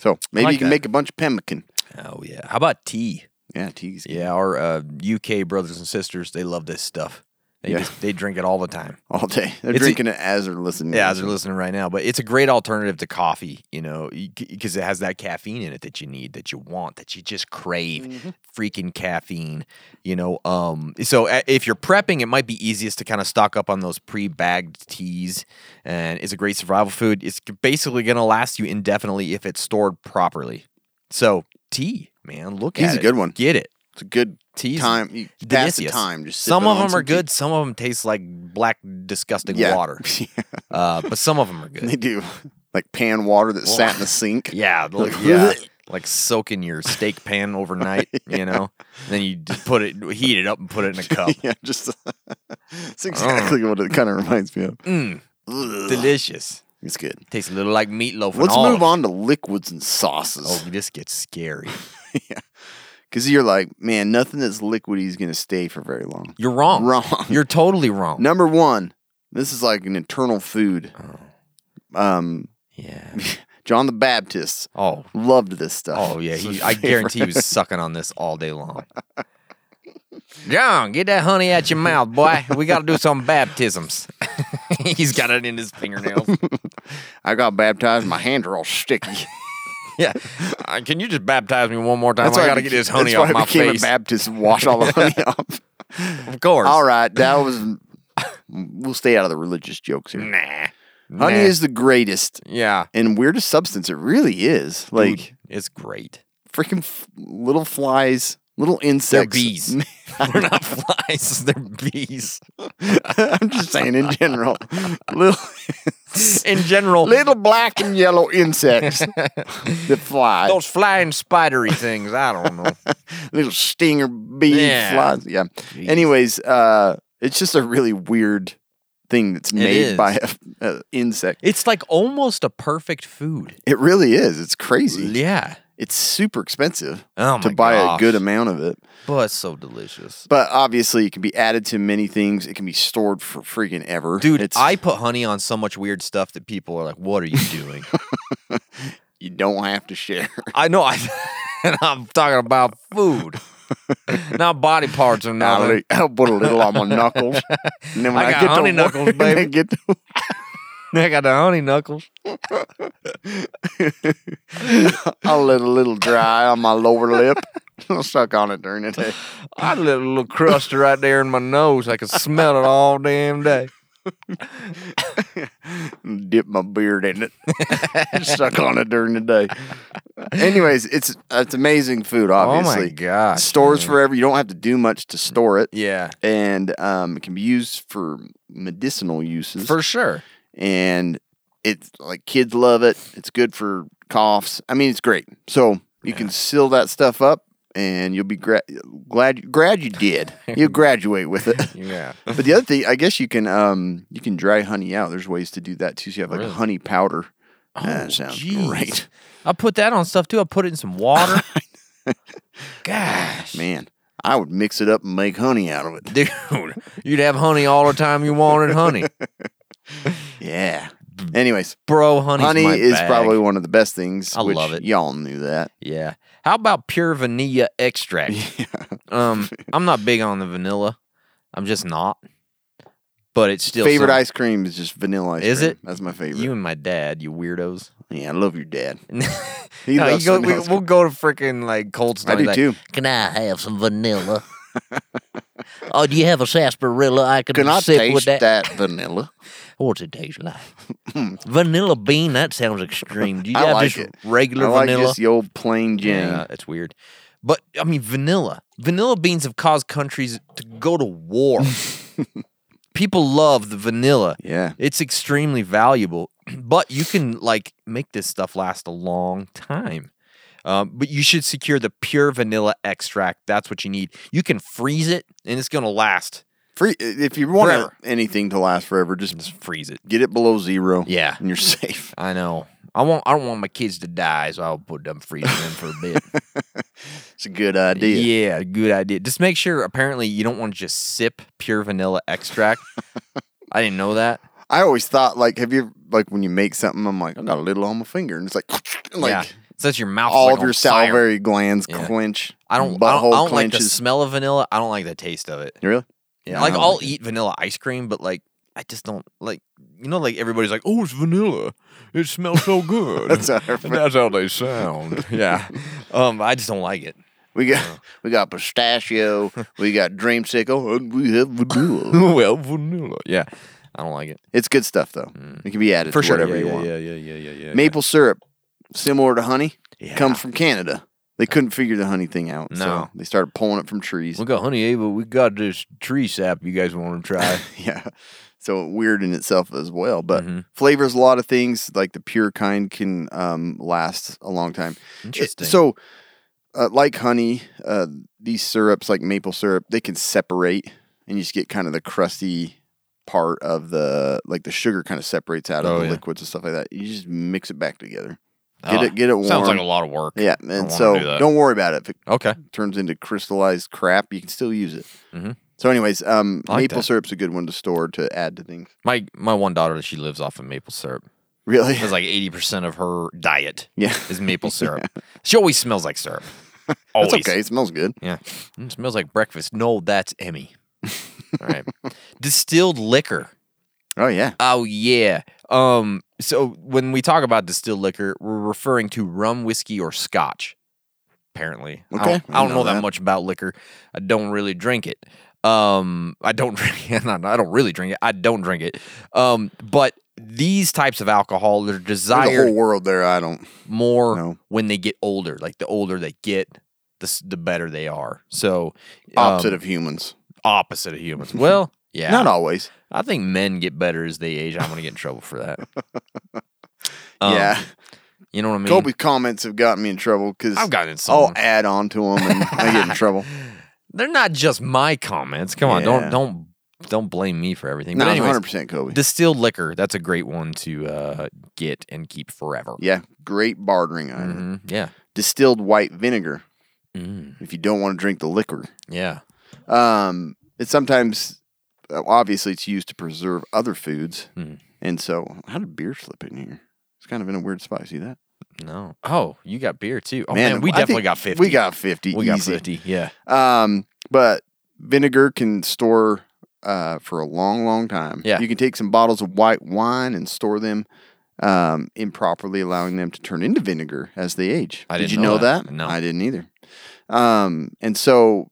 So maybe
Mm-hmm. like
you can
that.
make a bunch of pemmican.
oh yeah. How about tea?
Yeah, teas.
Yeah, our uh, UK brothers and sisters, they love this stuff. They
Yeah.
just, they drink it all the time.
all day. They're
It's a-
drinking it as they're listening.
Yeah, as they're listening right now, but it's a great alternative to coffee, you know, because it has that caffeine in it that you need, that you want, that you just crave.
Mm-hmm.
Freaking caffeine, you know. Um, so a- if you're prepping, it might be easiest to kind of stock up on those pre-bagged teas, and it's a great survival food. It's basically going to last you indefinitely if it's stored properly. So tea, man, look
Tea's
at
a
it.
good one.
Get it.
It's a good
Tea's
time. You pass the
delicious.
time. Just
some
sipping on
of them are
some tea.
good. Some of them taste like black, disgusting
Yeah.
water.
yeah,
Uh, but some of them are
they
good.
do. Like pan water that sat in the sink.
Yeah, like,
Like,
yeah, like soaking your steak pan overnight. You know, then you just put it, heat it up, and put it in a cup.
yeah, just it's exactly what it kind of reminds me of.
Mm, delicious.
It's good.
Tastes a little like meatloaf. and
Let's
olive.
move on to liquids and sauces
Oh, this gets scary.
because you're like, man, nothing that's liquidy is going to stay for very long.
You're wrong.
Wrong.
You're totally wrong.
Number one, this is like an eternal food. Um,
Oh. Yeah.
John the Baptist
Oh.
loved this stuff.
Oh yeah.
It's
He,
his
I
favorite.
guarantee he was sucking on this all day long. John, get that honey out your mouth, boy. We got to do some baptisms. He's got it in his fingernails.
I got baptized. My hands are all sticky.
yeah. Uh, can you just baptize me one more time?
why
I got to
beca-
get this honey
that's why
off my
I became
face.
a Baptist and wash all the honey off.
of course.
All right, that was. We'll stay out of the religious jokes here.
Nah.
Honey
Nah.
is the greatest
Yeah.
and weirdest substance. It really is. Like
Dude, it's great.
freaking f- little flies, little
They're
insects.
bees. We're not flies. They're bees.
I'm just saying in general, little
In general,
little black and yellow insects that fly.
those flying spidery things. I don't know.
little stinger bee
Yeah.
flies. Yeah.
Jeez.
Anyways, uh, it's just a really weird thing that's made
is.
by a, a insect.
It's like almost a perfect food.
It really is. It's crazy.
Yeah.
It's super expensive
Oh
to
my
buy
gosh.
a good amount of it.
But it's so delicious.
But obviously, it can be added to many things. It can be stored for freaking ever,
Dude,
It's,
I put honey on so much weird stuff that people are like, what are you doing?
you don't have to share.
I know. I, and I'm talking about food, not body parts or
I'll,
nothing.
li- I'll put a little on my knuckles, and then when
I
I,
got
get
honey
to work,
knuckles, baby.
I get to
I got the honey knuckles.
I'll let a little dry on my lower lip. I'll suck on it during the day.
I had a little, little crust right there in my nose. I could smell it all damn day.
and dip my beard in it, suck on it during the day. Anyways, it's it's amazing food. Obviously,
Oh gosh,
stores forever. You don't have to do much to store it,
Yeah,
and um, it can be used for medicinal uses.
for sure.
and it's like kids love it. It's good for coughs. I mean, it's great. So you can seal that stuff up, and you'll be gra- glad glad you did. You'll graduate with it.
Yeah.
But the other thing, I guess you can um you can dry honey out. There's ways to do that too. So you have like
Really?
a
Oh,
honey powder. that sounds
Jeez.
great,
I put that on stuff too. I put it in some water. gosh,
man. I would mix it up and make honey out of it.
dude, you'd have honey all the time you wanted honey,
Yeah. Anyways,
bro. Mm. Honey's
honey
my
is
bag.
probably one of the best things.
I
which
love it.
Y'all knew that.
Yeah. How about pure vanilla extract? Um, I'm not big on the vanilla. I'm just not. But it's still
favorite
something.
ice cream is just vanilla ice
Is
cream.
it?
That's my favorite.
You and my dad, you weirdos.
yeah, I love your dad. He
no, you
loves
go, we,
vanilla ice
we'll
cream.
go to freaking like Cold Stone.
I do
like,
too.
Can I have some vanilla? oh, do you have a sarsaparilla I can,
Can I
sip
taste
with
that?
that?
vanilla?
What's it taste like? vanilla bean? That sounds extreme. Do you
I
have
like
just
it.
regular
I like
vanilla?
just the old plain jam.
Yeah, it's weird. But I mean, vanilla. Vanilla beans have caused countries to go to war. People love the vanilla.
Yeah.
It's extremely valuable, but you can like make this stuff last a long time. Um, but you should secure the pure vanilla extract. That's what you need. You can freeze it, and it's gonna last.
Free, if you want
Forever. anything
anything to last forever, just
Just freeze it.
get it below zero.
Yeah.
And you're safe.
I know. I want. I don't want my kids to die, so I'll put them freezing in for a bit.
It's a good idea.
Yeah, good idea. Just make sure. Apparently, you don't want to just sip pure vanilla extract. I didn't know that.
I always thought, like, have you, like, when you make something, I'm like, I got a little on my finger. And it's like, like
yeah, so that's your mouth.
all
like
of
on
your
fire.
salivary glands
Yeah.
clench.
I don't. I don't, I don't like the smell of vanilla. I don't like the taste of it.
You really?
Yeah,
I
like
don't
I'll
like it.
eat vanilla ice cream, but like I just don't like. You know, like everybody's like, "Oh, it's vanilla. It smells so good."
That's how everybody-
that's how they sound. yeah. Um, I just don't like it.
We
Uh-huh.
got we got pistachio, we got dreamsicle, and we have vanilla.
well, vanilla. Yeah, I don't like it
it's good stuff though. It can be added to whatever
Mm. yeah,
you
yeah,
want.
Yeah, yeah, yeah, yeah, yeah.
Maple syrup, similar to honey,
Yeah.
comes from Canada. They couldn't figure the honey thing out,
No.
so they started pulling it from trees.
We got honey ava. We got this tree sap. You guys want to try?
yeah. So weird in itself as well, but
Mm-hmm.
flavors a lot of things. Like the pure kind can um, last a long time. It-
Interesting.
so, uh, like honey, uh, these syrups, like maple syrup, they can separate, and you just get kind of the crusty part of the like the sugar kind of separates out of
Oh,
the
yeah.
liquids and stuff like that. You just mix it back together. Get
Ah,
it, get it warm.
Sounds like a lot of work.
Yeah,
I don't
and
wanna
so
do
do
that.
not worry about it. If it
Okay.
turns into crystallized crap, you can still use it.
Mhm.
So, anyways, um,
I like
maple
that.
syrup's a good one to store to add to things.
My my one daughter, she lives off of maple syrup.
Really?
It's like eighty percent of her diet
Yeah.
is maple syrup. She always smells like syrup. Always.
That's okay. It smells good.
Yeah. Mm, smells like breakfast. No, that's Emmy. All right. Distilled liquor.
Oh yeah.
Oh yeah. Um. So when we talk about distilled liquor, we're referring to rum, whiskey, or scotch. Apparently, I
Okay,
don't, I don't know, that. much about liquor. I don't really drink it. Um. I don't. drink- not- I don't really drink it. I don't drink it. Um. But these types of alcohol, they're
There's a
desired
whole world there. I don't.
more
No.
when they get older. Like the older they get, the s- the better they are. So
Opposite
um,
of humans.
opposite of humans. Well, yeah.
Not always.
I think men get better as they age. I'm gonna get in trouble for that. Um,
yeah.
you know what I mean.
Kobe's comments have gotten me in trouble because
I've gotten in
I'll
some.
add on to them and I get in trouble.
They're not just my comments. Come on,
Yeah.
don't don't don't blame me for everything.
No,
but anyways,
100% Kobe.
distilled liquor. That's a great one to uh, get and keep forever.
yeah, great bartering item.
Mhm, yeah,
Distilled white vinegar
Mm,
if you don't want to drink the liquor.
yeah.
Um, it's sometimes, uh, obviously, it's used to preserve other foods.
Hmm.
And so, how did beer slip in here? It's kind of in a weird spot. See that?
No. Oh, you got beer too. Oh man, we
I
definitely
think
got fifty.
We got 50.
we got
easy.
fifty. Yeah.
Um, but vinegar can store uh, for a long, long time.
Yeah.
You can take some bottles of white wine and store them um, improperly, allowing them to turn into vinegar as they age.
I
Did
didn't
you
know
know
that.
that?
No.
I didn't either. Um, and so,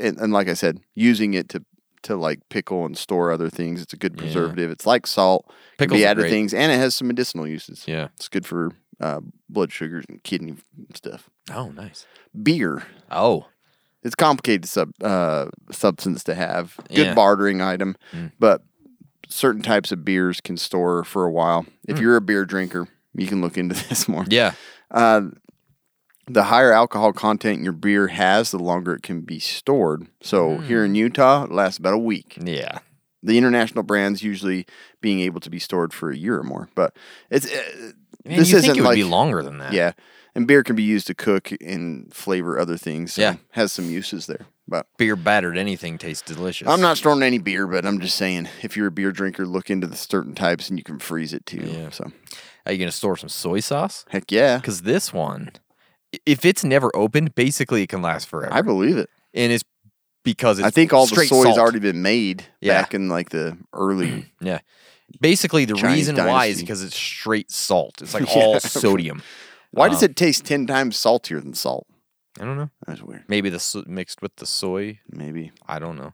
and, and like I said, using it to to like pickle and store other things, it's a good
Yeah.
preservative. It's like salt. It can
Pickles
be
are
added to
great.
things, and it has some medicinal uses.
Yeah.
It's good for uh, blood sugars and kidney stuff.
Oh, nice.
Beer
Oh,
it's a complicated sub uh, substance to have. Good
Yeah. Mm.
bartering item, but certain types of beers can store for a while. If you're a beer drinker, you can look into this more.
Hmm. yeah.
Uh, the higher alcohol content your beer has, the longer it can be stored. So here
Hmm.
in Utah, it lasts about a week.
Yeah.
The international brands usually being able to be stored for a year or more, but it's uh,
Man,
this
you
isn't
think it would
like
be longer than that.
yeah. And beer can be used to cook and flavor other things. so
Yeah.
has some uses there, but
Beer battered anything tastes delicious.
I'm not storing any beer, but I'm just saying if you're a beer drinker, look into the certain types and you can freeze it too.
Yeah.
So
Are you gonna store some soy sauce?
heck yeah.
Because this one, i- if it's never opened, basically it can last forever.
I believe it.
and it's because it's
I think all the
straight
soy's
salt.
already been made
Yeah.
back in like the early
Yeah. Basically, the
Chinese
reason why is
dynasty.
because it's straight salt. It's like
Yeah.
all sodium.
Why
Um,
does it taste ten times saltier than salt?
I don't know.
That's weird.
Maybe the so- mixed with the soy.
Maybe.
I don't know.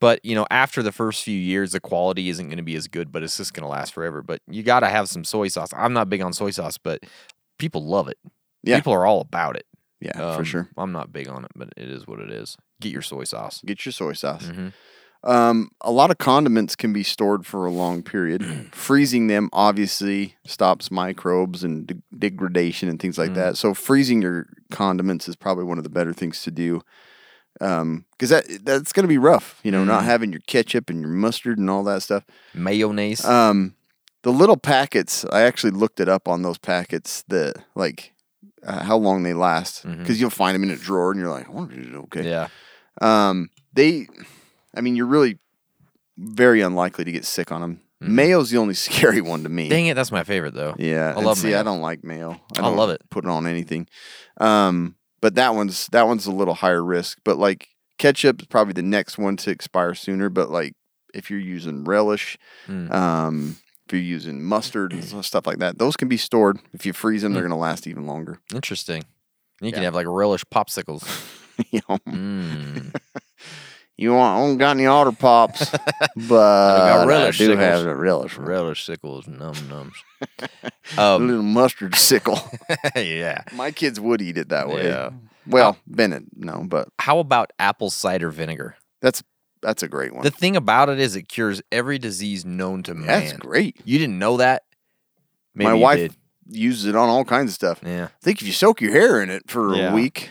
But you know, after the first few years, the quality isn't going to be as good, but it's just going to last forever. But you got to have some soy sauce. I'm not big on soy sauce, but people love it.
Yeah.
People are all about it.
Yeah,
Um,
for sure.
I'm not big on it, but it is what it is. Get your soy sauce.
Get your soy sauce.
Mhm.
Um, a lot of condiments can be stored for a long period. freezing them obviously stops microbes and de- degradation and things like that. So freezing your condiments is probably one of the better things to do. Um, because that that's gonna be rough, you know, not having your ketchup and your mustard and all that stuff.
Mayonnaise.
Um, the little packets, I actually looked it up on those packets that like uh, how long they last because you'll find them in a drawer and you're like, I wonder if it's okay.
yeah.
Um, they, I mean, you're really very unlikely to get sick on them. Mayo's the only scary one to me.
Mm-hmm. Dang it, that's my favorite though.
Yeah,
I
and
love
see,
mayo.
I don't like mayo.
I
don't
love it.
Put it on anything. Um, but that one's that one's a little higher risk. But like ketchup is probably the next one to expire sooner. But like if you're using relish,
Mm.
um, if you're using mustard and s- stuff like that, those can be stored. If you freeze them, they're
Mm.
gonna last even longer.
Interesting. You can have like relish popsicles.
you, know,
Mm.
you want, I don't got any otter pops, but I,
relish
do
sickles.
have the relish.
relish sickles, num nums. Um,
little mustard sickle.
yeah.
My kids would eat it that way.
Yeah.
Well, Bennett, no, but
How about apple cider vinegar?
that's that's a great one.
The thing about it is it cures every disease known to man.
That's great.
You didn't know that? Maybe
My
you
wife
did.
uses it on all kinds of stuff.
Yeah.
I think if you soak your hair in it for
Yeah.
a week,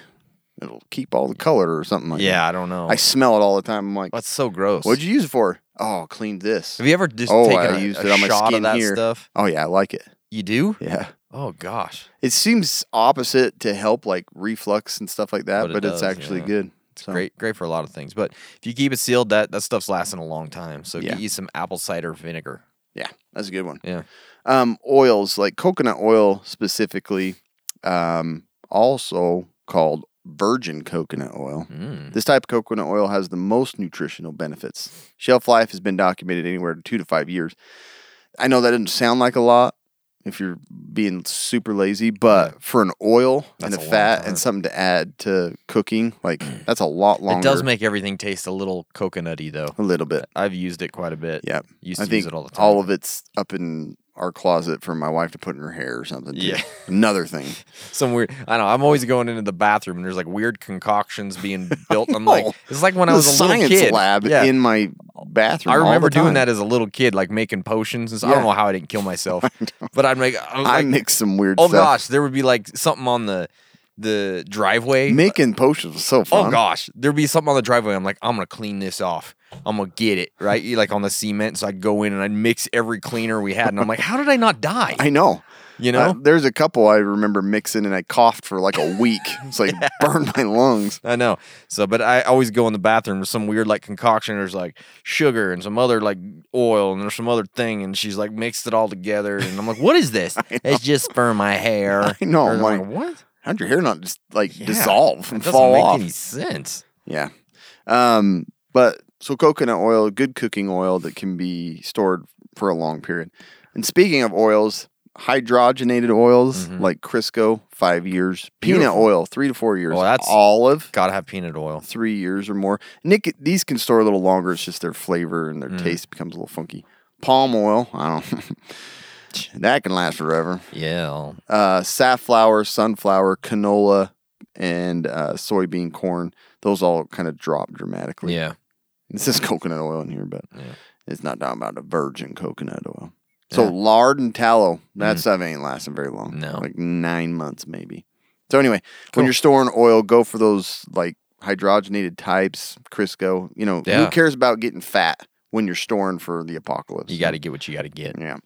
it'll keep all the color or something like
Yeah,
that.
I don't know.
Oh, I smell it all the time. I'm like,
That's so gross.
what'd you use it for? Oh, clean this.
have you ever just
oh,
taken
I
a,
used
a
it on my
shot
skin
of that
here.
stuff?
Oh yeah, I like it.
You do?
Yeah.
Oh gosh.
It seems opposite to help like reflux and stuff like that,
But
but,
it
it's
does,
actually
yeah.
good.
It's
So,
great, great for a lot of things. But if you keep it sealed, that that stuff's lasting a long time. So
Yeah.
get you some apple cider vinegar.
Yeah, that's a good one.
Yeah.
um, oils like coconut oil specifically, um, also called virgin coconut oil.
Mm-hmm. Mm.
This type of coconut oil has the most nutritional benefits. Shelf life has been documented anywhere to two to five years. I know that doesn't sound like a lot if you're being super lazy, but for an oil and
That's
a
a long
fat
time.
and something to add to cooking, like that's a lot longer.
It does make everything taste a little coconutty, though.
a little bit.
I've used it quite a bit.
Yeah,
used
I
to
think
use it all the time.
of it's up in our closet for my wife to put in her hair or something. too.
Yeah.
another thing.
some weird. I know. I'm always going into the bathroom and there's like weird concoctions being built. I'm like,
know.
it's like when I
Oh, The
was a little
science
kid.
lab
Yeah.
in my bathroom.
I
all the
remember doing
time.
that as a little kid, like making potions and stuff. I don't
Yeah.
know how I didn't kill myself, but I'd make. I was
I
like,
mixed some weird
oh
stuff.
gosh, there would be like something on the the driveway.
Making potions was so fun.
Oh gosh, there'd be something on the driveway. I'm like, I'm gonna clean this off. I'm gonna get it right, You- like on the cement. So I'd go in and I'd mix every cleaner we had, and I'm like, how did I not die?
I know.
You
Uh,
know,
there's a couple I remember mixing and I coughed for like a week. It's like burned my lungs.
I know. So, but I always go in the bathroom with some weird like concoction. There's like sugar and some other like oil and there's some other thing, and she's like mixed it all together, and I'm like, what is this? it's just for my hair.
I know,
Or
I'm
I'm
like,
what?
How'd your hair not just like
Yeah,
dissolve
That
and
doesn't
fall
make
off?
any sense.
Yeah. Um, but so coconut oil, good cooking oil that can be stored for a long period. And speaking of oils, hydrogenated oils like Crisco, five years. Peanut
Mm-hmm. Beautiful.
oil, three to four years.
Well, that's-
olive,
Gotta have peanut oil.
three years or more. Nick, these can store a little longer. It's just their flavor and their
Mm.
taste becomes a little funky. Palm oil, I don't. that can last forever.
Yeah.
Uh, safflower, sunflower, canola, and uh, soybean corn. Those all kind of drop dramatically.
Yeah.
It says coconut oil in here, but it's not talking about a virgin coconut oil. So lard and tallow, that stuff ain't lasting very long.
Mm-hmm. No.
Like nine months maybe. So anyway, when you're storing oil, go for those like hydrogenated types, Crisco. You know,
Yeah.
who cares about getting fat when you're storing for the apocalypse?
You gotta get what you gotta get.
Yeah.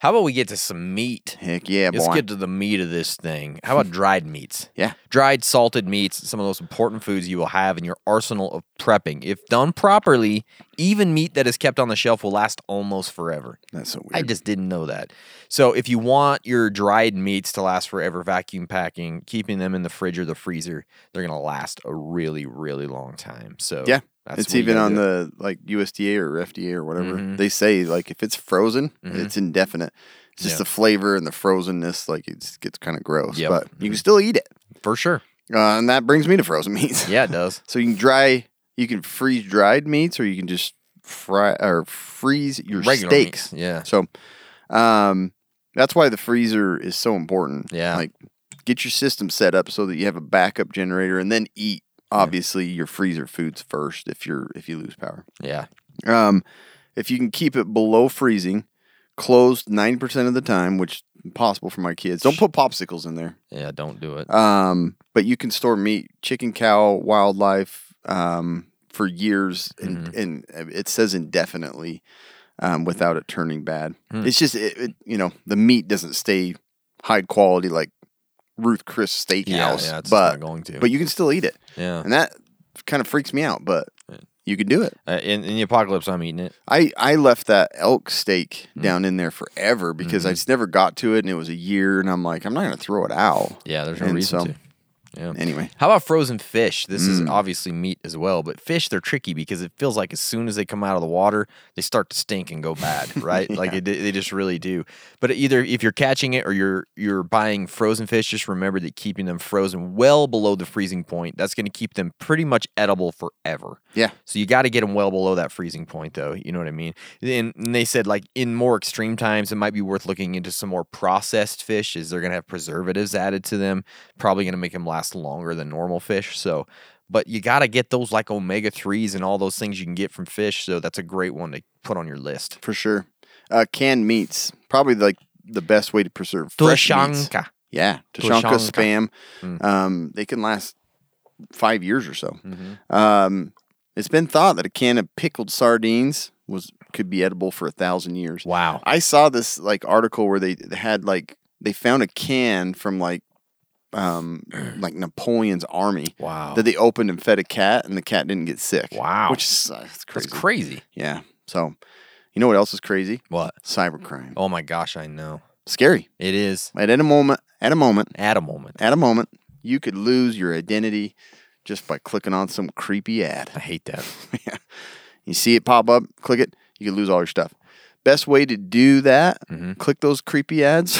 How about we get to some meat?
Heck yeah, boy.
Let's get to the meat of this thing. How about dried meats?
Yeah.
Dried, salted meats, some of those important foods you will have in your arsenal of prepping. If done properly, even meat that is kept on the shelf will last almost forever.
That's so weird.
I just didn't know that. So, if you want your dried meats to last forever, vacuum packing, keeping them in the fridge or the freezer, they're going to last a really, really long time. So,
Yeah.
that's
it's
what you
even
gotta
on
do.
the like USDA or FDA or whatever.
Mhm.
They say like if it's frozen, it's indefinite. It's just
Mm-hmm. Yeah.
the flavor and the frozenness, like it just gets kind of gross.
Yep. Mm-hmm.
But you can still eat it.
For sure.
Uh, and that brings me to frozen meats.
Yeah, it does.
So you can dry, you can freeze dried meats, or you can just fry or freeze your
Regular
steaks.
meats, yeah.
So, um, that's why the freezer is so important.
Yeah.
Like, get your system set up so that you have a backup generator, and then eat obviously your freezer foods first if you're if you lose power.
Yeah.
Um, if you can keep it below freezing, closed ninety percent of the time, which impossible for my kids. Don't put popsicles in there.
Yeah, don't do it.
Um, but you can store meat, chicken, cow, wildlife, um, for years, and,
Mm-hmm.
and uh, it says indefinitely, um, without it turning bad.
Hmm.
It's just it, it, you know, the meat doesn't stay high quality like Ruth Chris Steakhouse,
Yeah, yeah, it's
but
not going to.
but you can still eat it,
yeah.
and that kind of freaks me out. But you can do it.
Uh, in, in the apocalypse, I'm eating it.
I, I left that elk steak
Hmm.
down in there forever because
Mm-hmm.
I just never got to it and it was a year and I'm like I'm not gonna throw it out.
Yeah, there's no
And
reason
so- Mm.
to. Yeah.
Anyway,
How about frozen fish? This is obviously meat as well, but fish they're tricky because it feels like as soon as they come out of the water, they start to stink and go bad, right? Like it, they just really do. But either if you're catching it or you're you're buying frozen fish, just remember that keeping them frozen well below the freezing point that's going to keep them pretty much edible forever.
yeah,
So you got to get them well below that freezing point, though. You know what I mean? And, and they said like in more extreme times, it might be worth looking into some more processed fish. Is they're gonna have preservatives added to them? Probably gonna make them last longer than normal fish. So, but you got to get those like omega threes and all those things you can get from fish. So that's a great one to put on your list.
for sure. Uh, canned meats probably like the best way to preserve fresh meats.
Toshanka.
Yeah, Toshanka spam.
Toshanka. Hmm.
Um, they can last five years or so.
Mm-hmm.
Um, it's been thought that a can of pickled sardines was could be edible for a thousand years.
Wow.
I saw this like article where they had like they found a can from like um like Napoleon's army.
Wow.
That they opened and fed a cat and the cat didn't get sick.
Wow.
Which is uh, it's
That's
crazy.
crazy.
yeah. So you know what else is crazy?
What?
Cybercrime.
Oh my gosh, I know.
Scary.
It is
At any moment at a moment
at a moment.
at a moment You could lose your identity just by clicking on some creepy ad.
I hate that.
You see it pop up, click it, you could lose all your stuff. Best way to do that, click those creepy ads,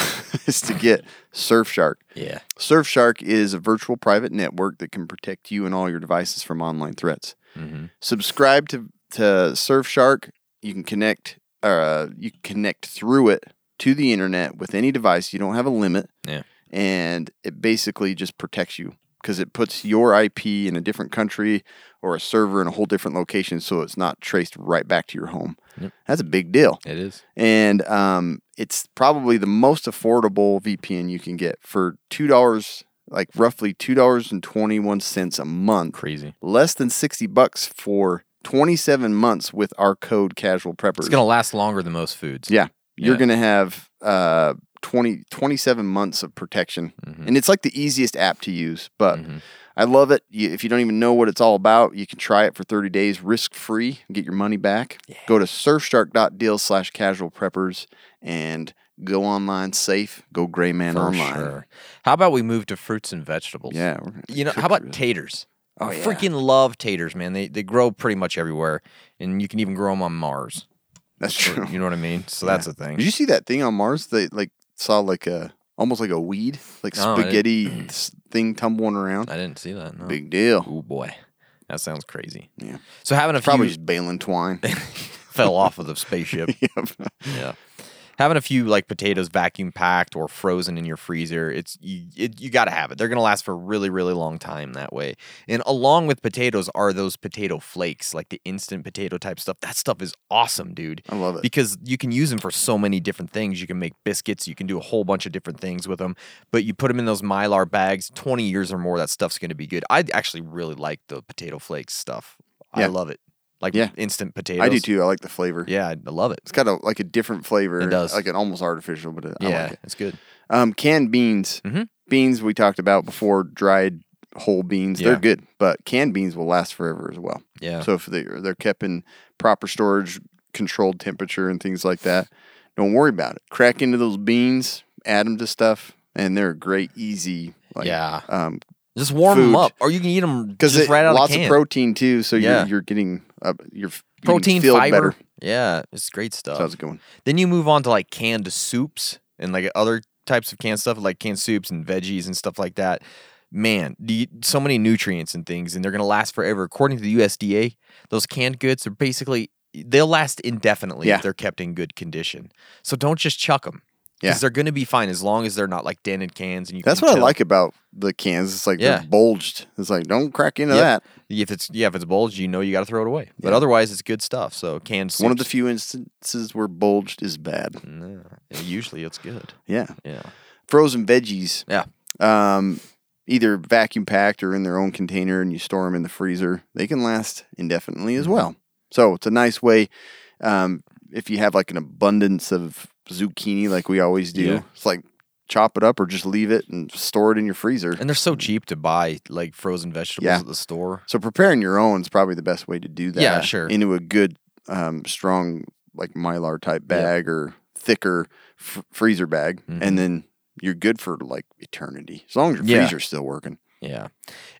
is to get Surfshark.
Yeah.
Surfshark is a virtual private network that can protect you and all your devices from online threats.
Mm-hmm.
Subscribe to, to Surfshark. You can connect uh, you can connect through it to the internet with any device. You don't have a limit
Yeah.
and it basically just protects you because it puts your IP in a different country or a server in a whole different location so it's not traced right back to your home. That's a big deal.
It is.
And um, it's probably the most affordable VPN you can get for $2, like roughly $2.21 a month.
Crazy.
Less than 60 bucks for 27 months with our code casual preppers.
It's going to last longer than most foods.
Yeah. You're
Yeah.
going to have uh, 20, 27 months of protection.
Hmm. Mm-hmm.
And it's like the easiest app to use, but I love it. You, if you don't even know what it's all about, you can try it for 30 days risk free, get your money back. Go to surfshark.deal slash casual preppers and go online safe. Go gray man
For
online.
sure. How about we move to fruits and vegetables?
Yeah. we're gonna
You know,
cook
how
through
about
this.
taters?
Oh,
I
yeah.
freaking love taters, man. They they grow pretty much everywhere, and you can even grow them on Mars.
That's true.
You know what I mean? So that's a thing.
Did you see that thing on Mars that like saw like a almost like a weed, like
No, I didn't.
spaghetti s- thing tumbling around?
I didn't see that. No.
Big deal.
Oh boy, that sounds crazy.
Yeah.
So having a
Probably
few
just baling twine.
fell off of the spaceship. yeah. Having a few like potatoes vacuum packed or frozen in your freezer, it's you it, you got to have it. They're going to last for a really really long time that way. And along with potatoes are those potato flakes, like the instant potato type stuff. That stuff is awesome, dude.
I love it.
Because you can use them for so many different things. You can make biscuits, you can do a whole bunch of different things with them. But you put them in those Mylar bags, 20 years or more that stuff's going to be good. I actually really like the potato flakes stuff. I
Yeah.
love it. Like
Yeah.
instant potatoes.
I do too. I like the flavor.
Yeah, I I love it.
It's got a like a different flavor.
It does.
Like an almost artificial, but it, I
yeah,
like it.
it's good.
Um, canned beans.
Mhm.
Beans we talked about before, dried whole beans.
Yeah.
They're good, but canned beans will last forever as well.
Yeah.
So if they they're kept in proper storage, controlled temperature, and things like that, don't worry about it. Crack into those beans, add them to stuff, and they're a great, easy. Like,
Yeah.
Um,
just warm them
food.
up, or you can eat them
because
just right out
lots
of the can.
protein too, so
Yeah.
you're you're getting uh, you're
protein,
feel
fiber.
better.
Yeah, it's great stuff.
So that's a good one.
Then you move on to like canned soups and like other types of canned stuff, like canned soups and veggies and stuff like that. Man, do you- so many nutrients and things, and they're gonna last forever. According to the USDA, those canned goods are basically they'll last indefinitely
Yeah.
if they're kept in good condition. So don't just chuck them
Yeah.
they're gonna be fine as long as they're not like dented cans. And you
That's
can
what I
tell-
like about the cans. It's like
Yeah.
they're bulged. It's like don't crack into
Yep.
that.
If it's yeah, if it's bulged, you know you got to throw it away. But otherwise, it's good stuff. So canned soups.
One of the few instances where bulged is bad.
No, mm, usually it's good.
Yeah.
Yeah.
Frozen veggies,
Yeah.
um, either vacuum packed or in their own container, and you store them in the freezer. They can last indefinitely
Mm-hmm.
as well. So it's a nice way um, if you have like an abundance of zucchini, like we always do.
Yeah.
It's like chop it up or just leave it and store it in your freezer.
And they're so cheap to buy like frozen vegetables
Yeah.
at the store.
So preparing your own is probably the best way to do that.
Yeah, sure.
Into a good, um, strong like mylar type bag or thicker f- freezer bag, and then you're good for like eternity as long as your
Mm-hmm. Yeah.
freezer's still working.
Yeah.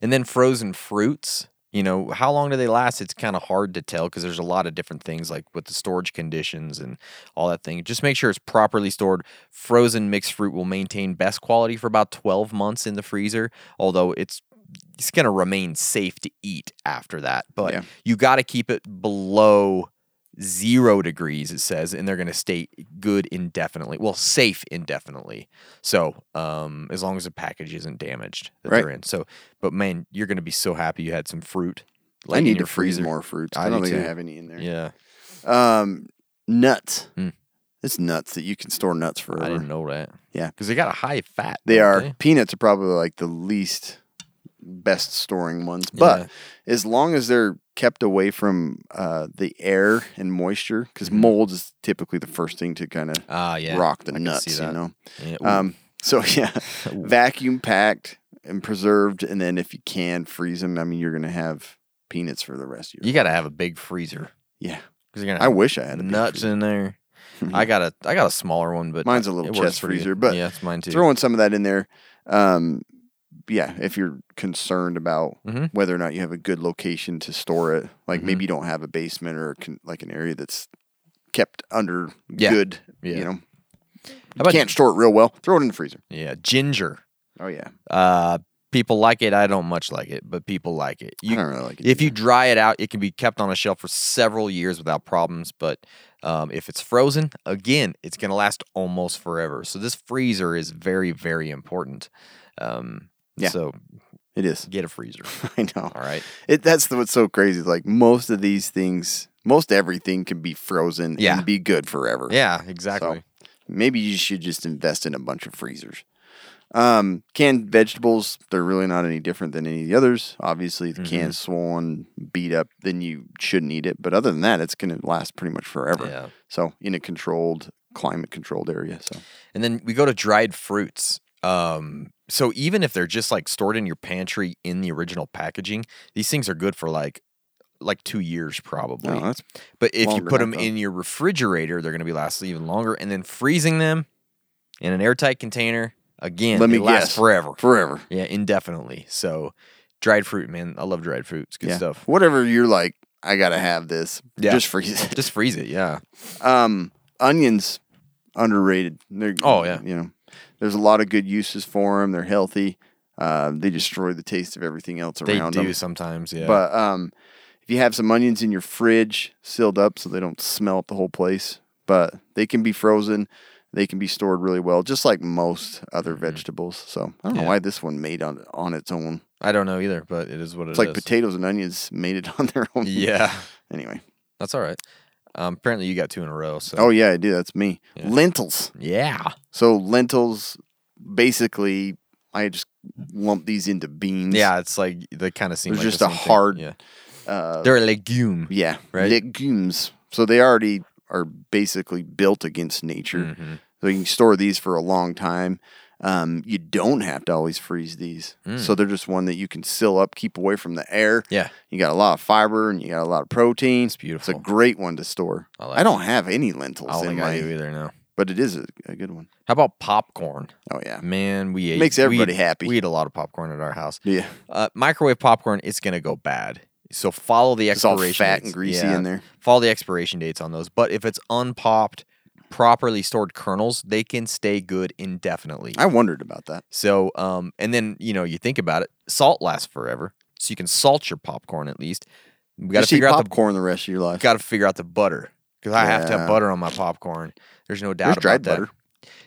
And then frozen fruits, you know, how long do they last? It's kind of hard to tell because there's a lot of different things like with the storage conditions and all that thing. Just make sure it's properly stored. Frozen mixed fruit will maintain best quality for about 12 months in the freezer, although it's it's going to remain safe to eat after that. But
Yeah.
you got to keep it below zero degrees, it says, and they're going to stay good indefinitely. Well, safe indefinitely. So, um, as long as the package isn't damaged that they're
Right.
in. So, but man, you're going to be so happy you had some fruit.
I
in
need to
your
freeze
freezer.
more fruits.
I
I, don't
do
think I
too.
have any in there.
Yeah.
Um, nuts.
Mm.
It's nuts that you can store nuts forever.
I didn't know that.
Yeah.
Because they got a high fat.
They
don't
are peanuts are probably like the least best storing ones, but as long as they're kept away from uh, the air and moisture, because mold is typically the first thing to kind of
Ah, Mm-hmm. yeah.
rock the
I can see
nuts, you
that.
know.
Yeah, ooh,
Um, so yeah, vacuum packed and preserved, and then if you can freeze them, I mean, you're gonna have peanuts for the rest of your
you got to have a big freezer.
yeah.
Because you're going to
I wish I had a big
nuts
freezer.
in there. I got a I got a smaller one, but
Mine's
I-
a little
it works
chest
pretty good.
freezer, but
yeah, it's mine too.
throwing some of that in there. Um, yeah, if you're concerned about
Mm-hmm.
whether or not you have a good location to store it, like maybe you don't have a basement or con- like an area that's kept under
Yeah.
good,
Yeah.
you know,
How about
can't store it real well. Throw it in the freezer.
yeah, ginger.
Oh yeah,
Uh, people like it. I don't much like it, but people like it. You,
don't really like it
If you dry it out, it can be kept on a shelf for several years without problems. But um, if it's frozen, again, it's going to last almost forever. So this freezer is very, very important. Um,
Yeah.
So
it is.
get a freezer.
I know.
All right.
It that's the, what's so crazy. is, Like most of these things, most everything can be frozen
Yeah.
and be good forever.
Yeah, exactly.
So maybe you should just invest in a bunch of freezers. Um, canned vegetables, they're really not any different than any of the others. Obviously, if the can's swollen, beat up, then you shouldn't eat it. But other than that, it's going to last pretty much forever.
Yeah.
So in a controlled, climate controlled area. So
And then we go to dried fruits. Um, so even if they're just like stored in your pantry in the original packaging, these things are good for like like two years probably.
no, Oh, that's
but if you
longer
put
than
them
I thought.
in your refrigerator, they're going to be lasting even longer. And then freezing them in an airtight container again,
Let
they
me
last
guess.
forever.
forever.
yeah, indefinitely. So dried fruit, man, I love dried fruit. It's good
yeah.
stuff.
Whatever you're like, I gotta have this.
Yeah.
Just freeze it.
Just freeze it. Yeah.
Um, onions underrated. They're,
Oh, yeah.
you know, there's a lot of good uses for them. They're healthy. Uh, they destroy the taste of everything else
They
around
do
them.
sometimes. Yeah.
But um, if you have some onions in your fridge, sealed up so they don't smell up the whole place. But they can be frozen. They can be stored really well, just like most other
Mm-hmm.
vegetables. So I don't know why this one made on on its own.
I don't know either, but it is what it is.
It's like potatoes and onions made it on their own.
Yeah.
Anyway.
That's all right. Um, apparently you got two in a row. So
Oh yeah, I do. That's me. Lentils.
yeah.
So lentils, basically, I just lump these into beans.
Yeah, it's like they kind of seem
They're
like
just
the
a
same thing.
hard-
Yeah. They're a legume.
Uh, yeah,
Right.
Legumes. So they already are basically built against nature.
Mm-hmm.
So you can store these for a long time. Um, you don't have to always freeze these. So they're just one that you can seal up, keep away from the air.
Mm. Yeah.
You got a lot of fiber and you got a lot of protein. It's
beautiful.
It's a great one to store. I,
like
don't have any lentils
I don't
in
think
my,
I do either now.
but it is a, a good one.
How about popcorn?
Oh yeah.
Man, we ate
Makes
we-
everybody happy.
We eat a lot of popcorn at our house.
Yeah.
Uh, microwave popcorn, it's gonna go bad. So follow the
It's all
expiration.
fat and
dates.
greasy in there.
Follow the expiration dates on those. But if it's unpopped, properly stored kernels, they can stay good indefinitely.
I wondered about that.
So, um, and then you know you think about it, salt lasts forever, so you can salt your popcorn at least. We got to
Just eat
figure out the
popcorn the rest of your life.
got to figure out the butter because I have to
Yeah.
have butter on my popcorn. There's no doubt
There's
about
dried
that.
butter.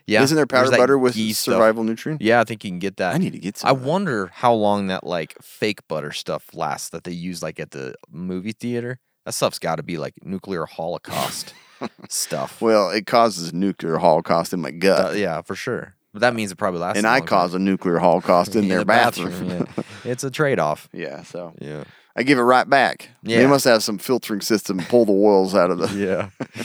Yeah,
Isn't there
there's
powdered
that
butter with
ghee stuff.
survival nutrient?
Yeah, I think you can get that.
I need to get some
I
of that.
wonder how long that like fake butter stuff lasts that they use like at the movie theater. That stuff's got to be like nuclear holocaust stuff.
Well, it causes a nuclear holocaust in my gut.
Uh, yeah, for sure. But that means it probably lasts.
and
a
I
long time.
cause a nuclear holocaust in, their
the
bathroom.
yeah. It's a trade-off.
yeah. so
Yeah.
I give it right back. They
Yeah.
must have some filtering system to pull the oils out of the
Yeah.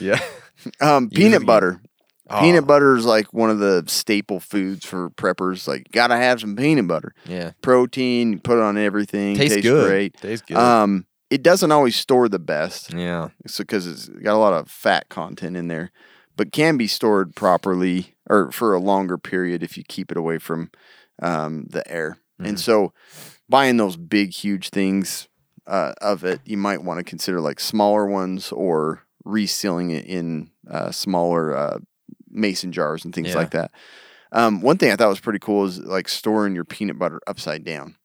yeah.
um,
Use it
peanut
again.
butter.
Oh.
Peanut butter is like one of the staple foods for preppers. Like, gotta have some peanut butter.
Yeah.
Protein, you put it on everything.
Tastes
tastes
good.
great.
Tastes good.
Um, it doesn't always store the best.
Yeah.
because it's got a lot of fat content in there, but can be stored properly or for a longer period if you keep it away from um, the air. And so, buying those big, huge things uh, of it, you might want to consider like smaller ones or resealing it in uh, smaller uh, mason jars and things
Yeah.
like that. Um, one thing I thought was pretty cool is like storing your peanut butter upside down.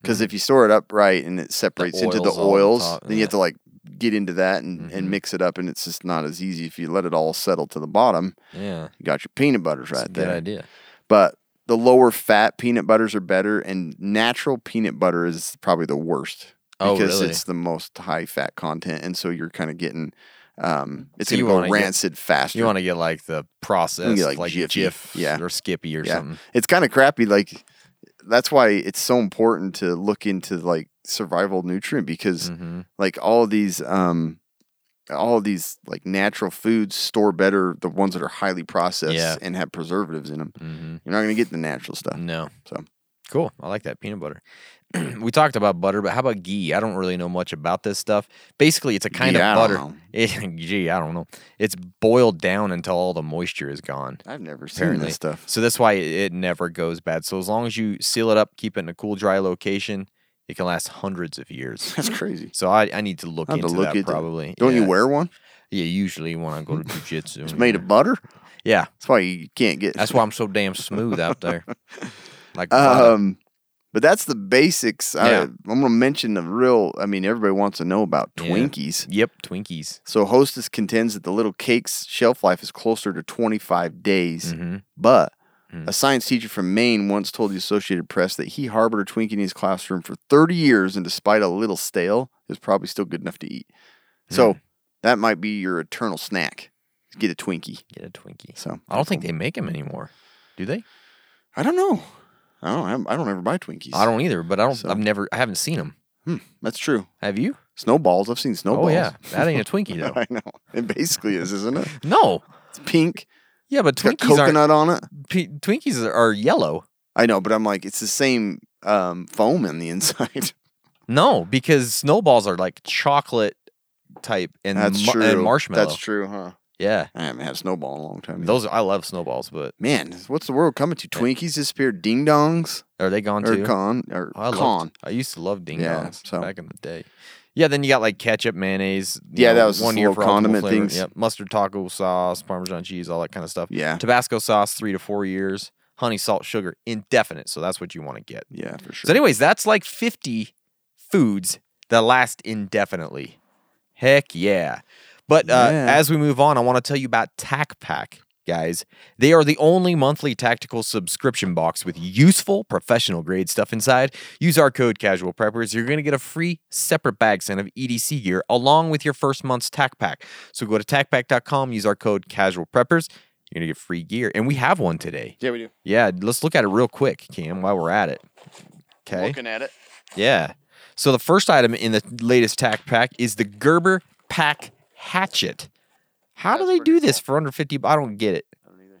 Because if you store it upright and it separates into the
Mm-hmm. oils all on
oils,
top,
then you have
yeah. Mm-hmm.
to like get into that and, and mix it up, and it's just not as easy if you let it all settle to the bottom.
Yeah.
You got your peanut butters
It's a
right
good
there.
idea.
But the lower fat peanut butters are better, and natural peanut butter is probably the worst
Oh,
because
really?
it's the most high fat content, and so you're kind of getting um, it's
Mm. So you
gonna
wanna
go
get-
rancid faster.
You want to get like the process,
like,
like,
Jiffy.
GIF
Yeah.
or Skippy or something.
It's kind of crappy. Like that's why it's so important to look into like survival nutrient because
Mm-hmm.
like all these um all these like natural foods store better the ones that are highly processed
Yeah. Mm,
and have preservatives in them. You're not going to get the natural stuff.
Mm-hmm. No.
Uh, So
Cool. I like that peanut butter. we talked about butter, but how about ghee? I don't really know much about this stuff. Basically, it's a kind
Ghee, I
of
don't
butter.
know.
It- gee, I don't know. It's boiled down until all the moisture is gone.
I've never seen
Apparently,
this stuff.
So that's why it, it never goes bad. So as long as you seal it up, keep it in a cool, dry location, it can last hundreds of years.
That's crazy.
So I, I need to look
I have
Mm. into
to look
that
into-
probably.
Don't you
Yeah.
wear one?
Yeah, usually when I go to jujitsu.
It's made of butter.
Yeah,
That's why you can't get.
Mm. that's why I'm so damn smooth out there. Like butter.
Um, but that's the basics. I,
Yeah.
I'm gonna mention the real. I mean, everybody wants to know about
Yeah.
Twinkies.
yep, Twinkies.
So Hostess contends that the little cake's shelf life is closer to 25 days,
Mhm.
but
Mm.
a science teacher from Maine once told the Associated Press that he harbored a Twinkie in his classroom for 30 years, and despite a little stale, it's probably still good enough to eat. So
Mm.
that might be your eternal snack. Get a Twinkie.
Get a Twinkie.
So
I don't think they make them anymore. Do they?
I don't know. I don't. I don't ever buy Twinkies.
I don't either, but I don't.
So-
I've never. I haven't seen them.
Hmm, that's true.
Have you?
Snowballs. I've seen snowballs.
Oh yeah, that ain't a Twinkie though.
I know. It basically is, isn't it?
no.
It's pink.
Yeah, but
It's got
Twinkies are
coconut on it.
P- Twinkies are- are yellow.
I know, but I'm like, it's the same um, foam in the inside.
No, because snowballs are like chocolate type and,
That's
mar-
true.
and marshmallow.
That's true, huh?
Yeah,
I haven't had a snowball in a long time. either.
those are, I love snowballs, but
Man, what's the world coming to? Twinkies disappeared. Ding dongs
are they gone
or
too?
con or
Oh, I loved-
con.
I used to love ding dongs
Yeah, so-
back in the day. Yeah, then you got like ketchup, mayonnaise. you
Yeah, that
know,
was just
one
the
year
little
for optimal
condiment
flavor.
things.
Yep, mustard taco sauce, parmesan cheese, all that kind of stuff.
Yeah.
Tabasco sauce, three to four years. Honey, salt, sugar, indefinite. So that's what you want to get.
Yeah, for sure.
So, anyways, that's like 50 foods that last indefinitely. Heck yeah. But uh,
Yeah.
as we move on, I want to tell you about Tac Pack, guys. They are the only monthly tactical subscription box with useful professional grade stuff inside. Use our code Casual Preppers. You're going to get a free separate bag sent of EDC gear along with your first month's Tac Pack. So go to tacpack.com, use our code Casual Preppers. You're going to get free gear. And we have one today.
yeah, we do.
Yeah, let's look at it real quick, Cam, while we're at it. Okay.
Looking at it.
Yeah. So the first item in the latest tack pack is the Gerber pack hatchet. How do they do this for under 50? I don't get it.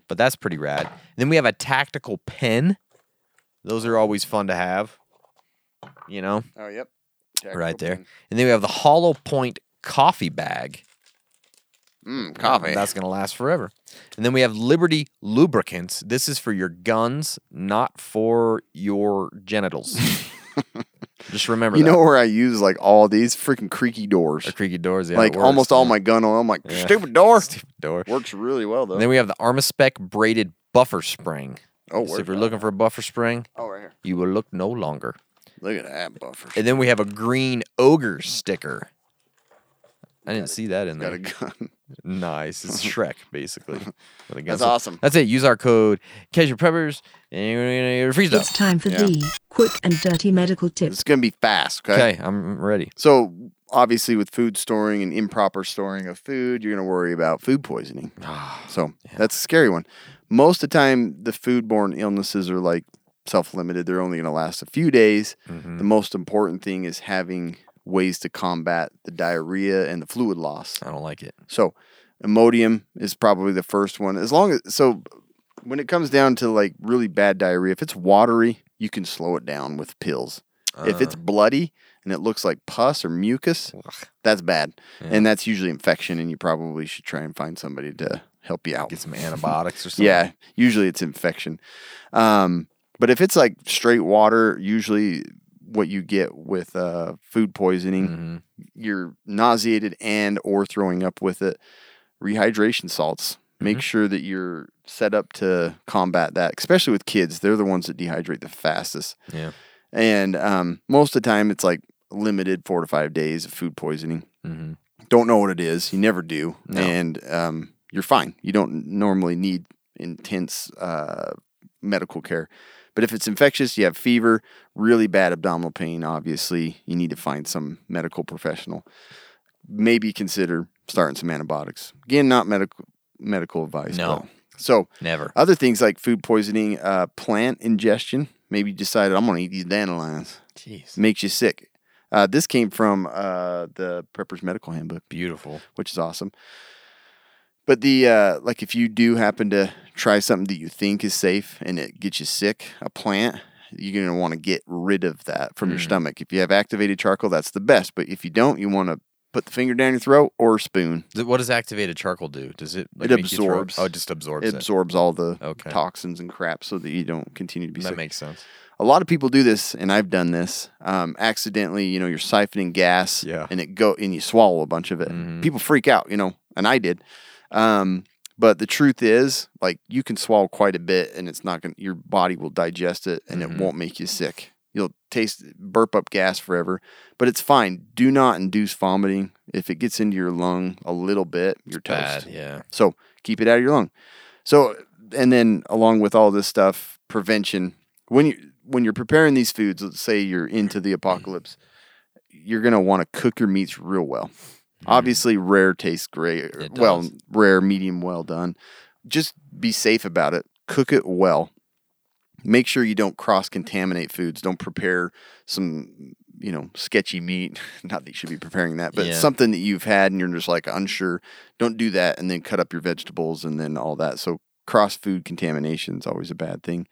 But that's pretty rad. Then we have a tactical pen. Those are always fun to have. You know,
Oh, yep.
right there. And then we have the hollow point coffee bag.
Mm, coffee.
That's going to last forever. And then we have Liberty lubricants. This is for your guns, not for your genitals. Just remember
you
that.
know where I use like all these freaking creaky doors.
Or creaky doors. Yeah, it
like
works,
almost all
yeah.
my gun oil. I'm like,
Yeah.
stupid door.
Stupid door.
Works really well though.
And then we have the Armaspec braided buffer spring.
oh,
So if
works
you're
out.
looking for a buffer spring,
Oh, right here.
you will look no longer.
Look at that buffer.
And then we have a green ogre sticker. I didn't see that in
Got
there.
a gun.
Nice. It's Shrek, basically. with a gun.
That's
So
awesome.
That's it. Use our code Casual Preppers and you're going to get a free
It's
stuff.
time for
Yeah.
the quick and dirty medical tip.
It's gonna be fast. Okay.
Okay, I'm ready.
So obviously, with food storing and improper storing of food, you're gonna worry about food poisoning. so that's a scary one. Most of the time, the foodborne illnesses are like self-limited. They're only gonna last a few days. The most important thing is having ways to combat the diarrhea and the fluid loss.
I don't like it.
So Imodium is probably the first one. As long as so when it comes down to like really bad diarrhea, if it's watery, you can slow it down with pills. if
Uh.
it's bloody and it looks like pus or mucus, that's bad. And that's usually infection and you probably should try and find somebody to help you out.
Get some antibiotics or something.
Yeah, usually it's infection. Um, but if it's like straight water, usually what you get with uh, food poisoning, you're nauseated and or throwing up with it. Rehydration salts. Make sure that you're set up to combat that, especially with kids. They're the ones that dehydrate the fastest.
Yeah.
And um, most of the time, it's like limited four to five days of food poisoning
hmm
don't know what it is. You never do,
No.
and um, you're fine. You don't normally need intense uh, medical care. But if it's infectious, you have fever, really bad abdominal pain. Obviously, you need to find some medical professional. Maybe consider starting some antibiotics. Again, not medical medical advice.
No.
but- So
Never.
other things like food poisoning, uh, plant ingestion. Maybe you decided I'm going to eat these dandelions.
Jeez.
Makes you sick. Uh, this came from uh, the Prepper's Medical Handbook
Beautiful.
which is awesome. But the uh, like, if you do happen to try something that you think is safe and it gets you sick, a plant You're going to want to get rid of that from your stomach. If you have activated charcoal, that's the best. But if you don't, you want to put the finger down your throat or a spoon.
Th- What does activated charcoal do? Does it? Like,
It
make you throw-
absorbs.
Oh, it just absorbs.
It
It
absorbs all the
Okay.
toxins and crap so that you don't continue to be
That
sick.
makes sense.
a lot of people do this, and I've done this um, accidentally. You know, you're siphoning gas,
Yeah. Mm-hmm.
and it go and you swallow a bunch of it. People freak out, you know, and I did. Um, but the truth is, like, you can swallow quite a bit, and it's not gonna. Your body will digest it, and
Mm-hmm.
it won't make you sick. You'll taste burp up gas forever, but it's fine. Do not induce vomiting. If it gets into your lung a little bit, you're
Bad.
toast.
Yeah.
So keep it out of your lung. So and then along with all this stuff, prevention. When you when you're preparing these foods, let's say you're into the apocalypse, you're gonna want to cook your meats real well. Obviously, rare tastes great.
Mm-hmm.
uh,
It does.
Well, rare, medium, well done. Just be safe about it. Cook it well. Make sure you don't cross contaminate foods. Don't prepare some, you know, sketchy meat. Not that you should be preparing that, but
Yeah.
something that you've had and you're just like unsure. Don't do that and then cut up your vegetables and then all that. So cross food contamination is always a bad thing.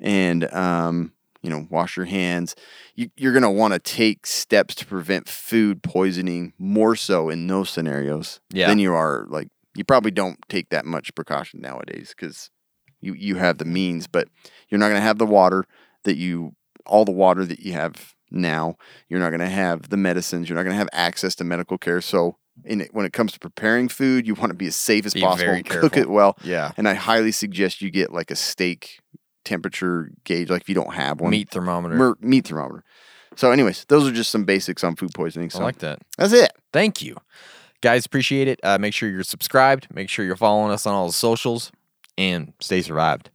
And um, you know, wash your hands. You, you're gonna want to take steps to prevent food poisoning more so in those scenarios
Yeah.
than you are like you probably don't take that much precaution nowadays because you you have the means, but you're not gonna have the water that you all the water that you have now. You're not gonna have the medicines. You're not gonna have access to medical care. So in it, when it comes to preparing food, you want to be as safe as
Be
possible.
very
and Cook
careful.
it well.
Yeah.
And I highly suggest you get like a steak temperature gauge, like if you don't have one.
Meat thermometer.
Mer- meat thermometer. So, anyways, those are just some basics on food poisoning. So
I like that.
that's it.
Thank you. Guys, appreciate it. Uh, make sure you're subscribed. Make sure you're following us on all the socials and stay survived.